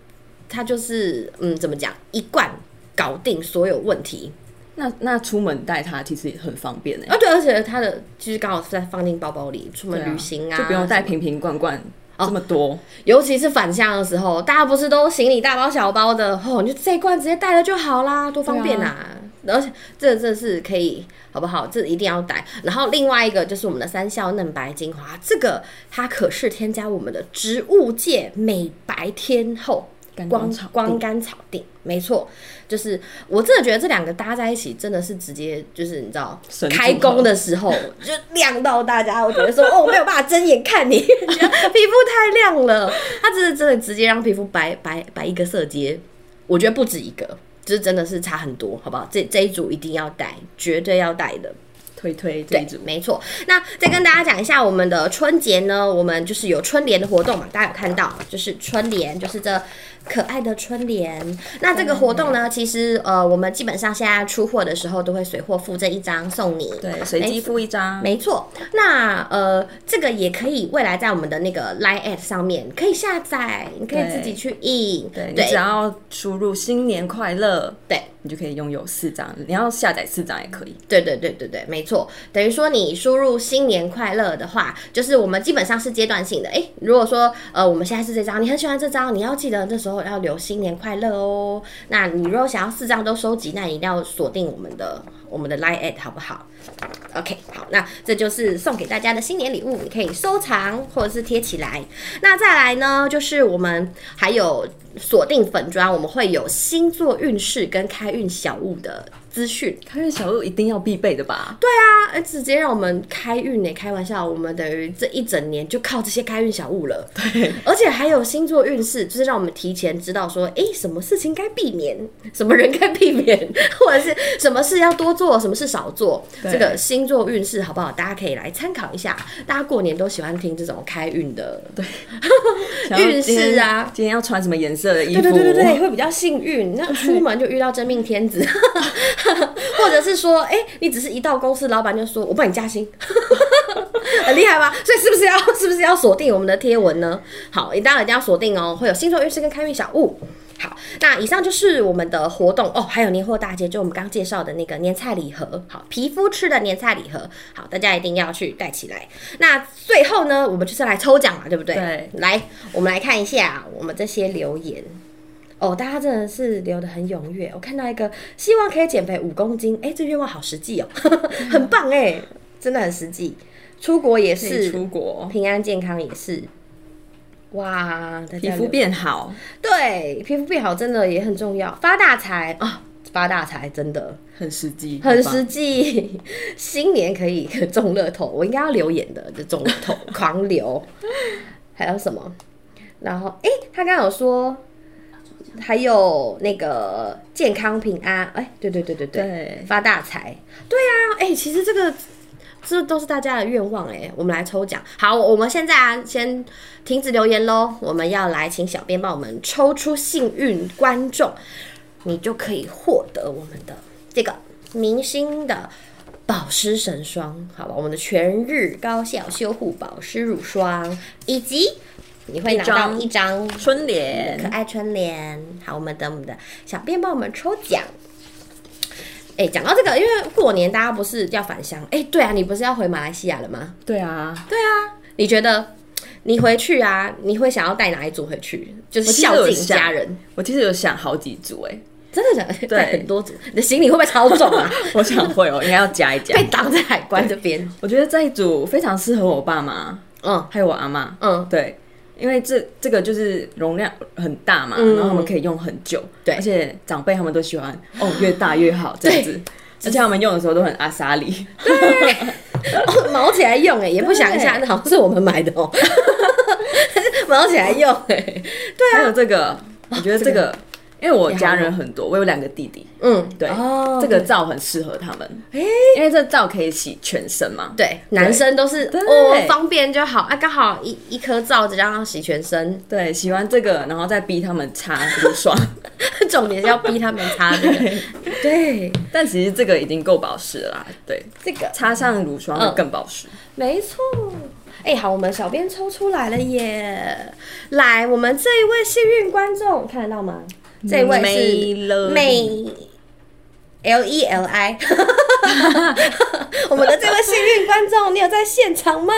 它就是嗯，怎么讲，一罐搞定所有问题。那那出门带它其实也很方便哎，啊，对，而且它的其实刚好是在放进包包里，出对门旅行啊，哦就不用带瓶瓶罐罐这么多， 尤其是返乡的时候，大家不是都行李大包小包的，吼、你就这一罐直接带了就好啦，多方便啊！而且这这是可以，好不好？这一定要带。然后另外一个就是我们的三效嫩白精华，这个它可是添加我们的植物界美白天后。干光光草光地甘草地，没错，就是我真的觉得这两个搭在一起，真的是直接就是你知道神，开助攻工的时候就亮到大家，我觉得说哦，我没有办法睁眼看你，觉 得皮肤太亮了，它真的真的直接让皮肤白白白一个色阶，我觉得不止一个，就是真的是差很多，好不好？这这一组一定要带，绝对要带的。推推这对一组，没错。那再跟大家讲一下我们的春节呢，我们就是有春联的活动嘛，大家有看到，就是春联，就是这可爱的春联。那这个活动呢，其实呃，我们基本上现在出货的时候都会随货附赠一张送你。对，随机附一张，没错，那呃，这个也可以未来在我们的那个 Line App 上面可以下载，你可以对自己去印，对你对只要输入“新年快乐对”，你就可以拥有四张，你要下载四张也可以。对对对对对，没错。等于说你输入“新年快乐”的话，就是我们基本上是阶段性的。诶，如果说呃我们现在是这张，你很喜欢这张，你要记得这时候要留“新年快乐”哦。那你如果想要四张都收集，那你一定要锁定我们的我们的 Line at 好不好？OK，好，那这就是送给大家的新年礼物，你可以收藏或者是贴起来。那再来呢，就是我们还有锁定粉砖，我们会有星座运势跟开运小物的资讯。开运小物一定要必备的吧？对，哎，直接让我们开运呢、开玩笑，我们等于这一整年就靠这些开运小物了。对，而且还有星座运势，就是让我们提前知道说，哎、什么事情该避免， 什么人该避免， 或者是什么事要多做，什么事少做。对这个星座运势好不好？大家可以来参考一下。大家过年都喜欢听这种开运的， 对，运势啊今天要穿什么颜色的衣服？对对对对对，会比较幸运。那出门就遇到真命天子， 或者是说，哎、你只是一到公司，老板就说我帮你加薪， 很厉害吧？所以是不是要是不是要锁定我们的贴文呢？好，你当然一定要锁定哦，会有星座运势跟开运小物。好，那以上就是我们的活动哦，还有年货大街，就我们刚介绍的那个年菜礼盒，好，皮肤吃的年菜礼盒，好，大家一定要去带起来。那最后呢，我们就是来抽奖嘛，对不对？对，来，我们来看一下我们这些留言。哦，大家真的是留的很踊跃。我看到一个，希望可以减肥五公斤，哎、这愿望好实际哦， 很棒哎、真的很实际。出国也啊可以是，出国，平安健康也是。哇，大家皮留肤变好，对皮肤变好真的也很重要，发大财啊！发大财真的很实际，很棒实际， 新年可以中乐透，我应该要留言的，就中乐透狂流，还有什么？然后诶，他刚刚有说，还有那个健康平安，哎、对对对对对，对，发大财。对啊，哎、其实这个这都是大家的愿望哎、我们来抽奖。好，我们现在啊，先停止留言喽。我们要来请小编帮我们抽出幸运观众，你就可以获得我们的这个明星的。保湿神霜，好吧，我们的全日高效修护保湿乳霜，以及你会拿到一一张春可联，爱春联。好，我们等我们的小编帮我们抽奖。哎、讲到这个，因为过年大家不是要返乡？哎、对啊，你不是要回马来西亚了吗？对啊，对啊，你觉得你回去啊，你会想要带哪一组回去？就是我其实孝有敬想家人，我其实有想好几组哎，真的想 带很多组，你的行李会不会超重啊？我想会哦，应该要加一加 被。挡在海关这边，我觉得这一组非常适合我爸妈，嗯还有我阿妈，嗯， 对，因为这这个就是容量很大嘛，嗯然后他们可以用很久，对而且长辈他们都喜欢哦，越大越好这样子，而且他们用的时候都很阿莎里，哦，毛起来用哎、也不想一下，那好像是我们买的哦、 毛起来用哎、还有这个，我觉得这哦个，因为我家也人很多，我有两个弟弟，嗯，对，哦，这个皂很适合他们，因为这皂可以洗全身嘛，对，男生都是对哦方便就好啊，刚好一一颗罩子，然后洗全身。 对，洗完这个，然后再逼他们擦乳霜，重点是要逼他们擦这个，对，但其实这个已经够保湿了啦，对，这个擦上乳霜嗯会更保湿，没错。哎、好，我们小编抽出来了耶！来，我们这一位幸运观众看得到吗？这一位是 Mei- 美 L E L I，我们的这位幸运观众，你有在现场吗？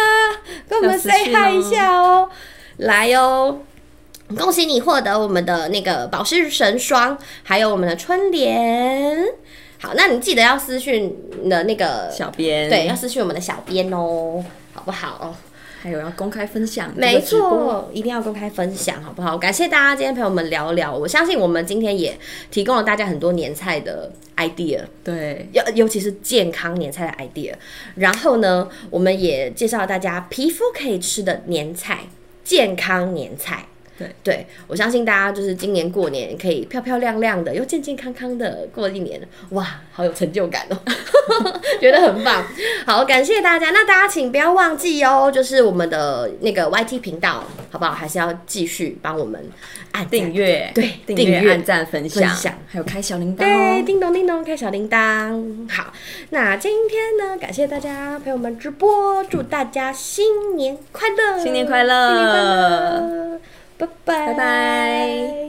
跟我们要私 say 讯哦 hi 一下哦，来哦！恭喜你获得我们的那个保湿神霜，还有我们的春联。好，那你记得要私讯你的那个小编嗯对，要私讯我们的小编哦，好不好？还有要公开分享，没这个直播，错，一定要公开分享，好不好？感谢大家今天陪我们聊聊，我相信我们今天也提供了大家很多年菜的 idea，对，尤尤其是健康年菜的 idea。然后呢，我们也介绍了大家皮肤可以吃的年菜，健康年菜。对对，我相信大家就是今年过年可以漂漂亮亮的，又健健康康的过一年，哇，好有成就感哦， 觉得很棒。好，感谢大家。那大家请不要忘记哦，就是我们的那个 YT 频道，好不好？还是要继续帮我们按赞订阅，对订订阅阅、按赞、分享，分享还有开小铃铛对，哦。叮咚叮咚，开小铃铛。好，那今天呢，感谢大家陪我们直播，祝大家新年快乐，新年快乐新年快乐，拜拜，拜拜。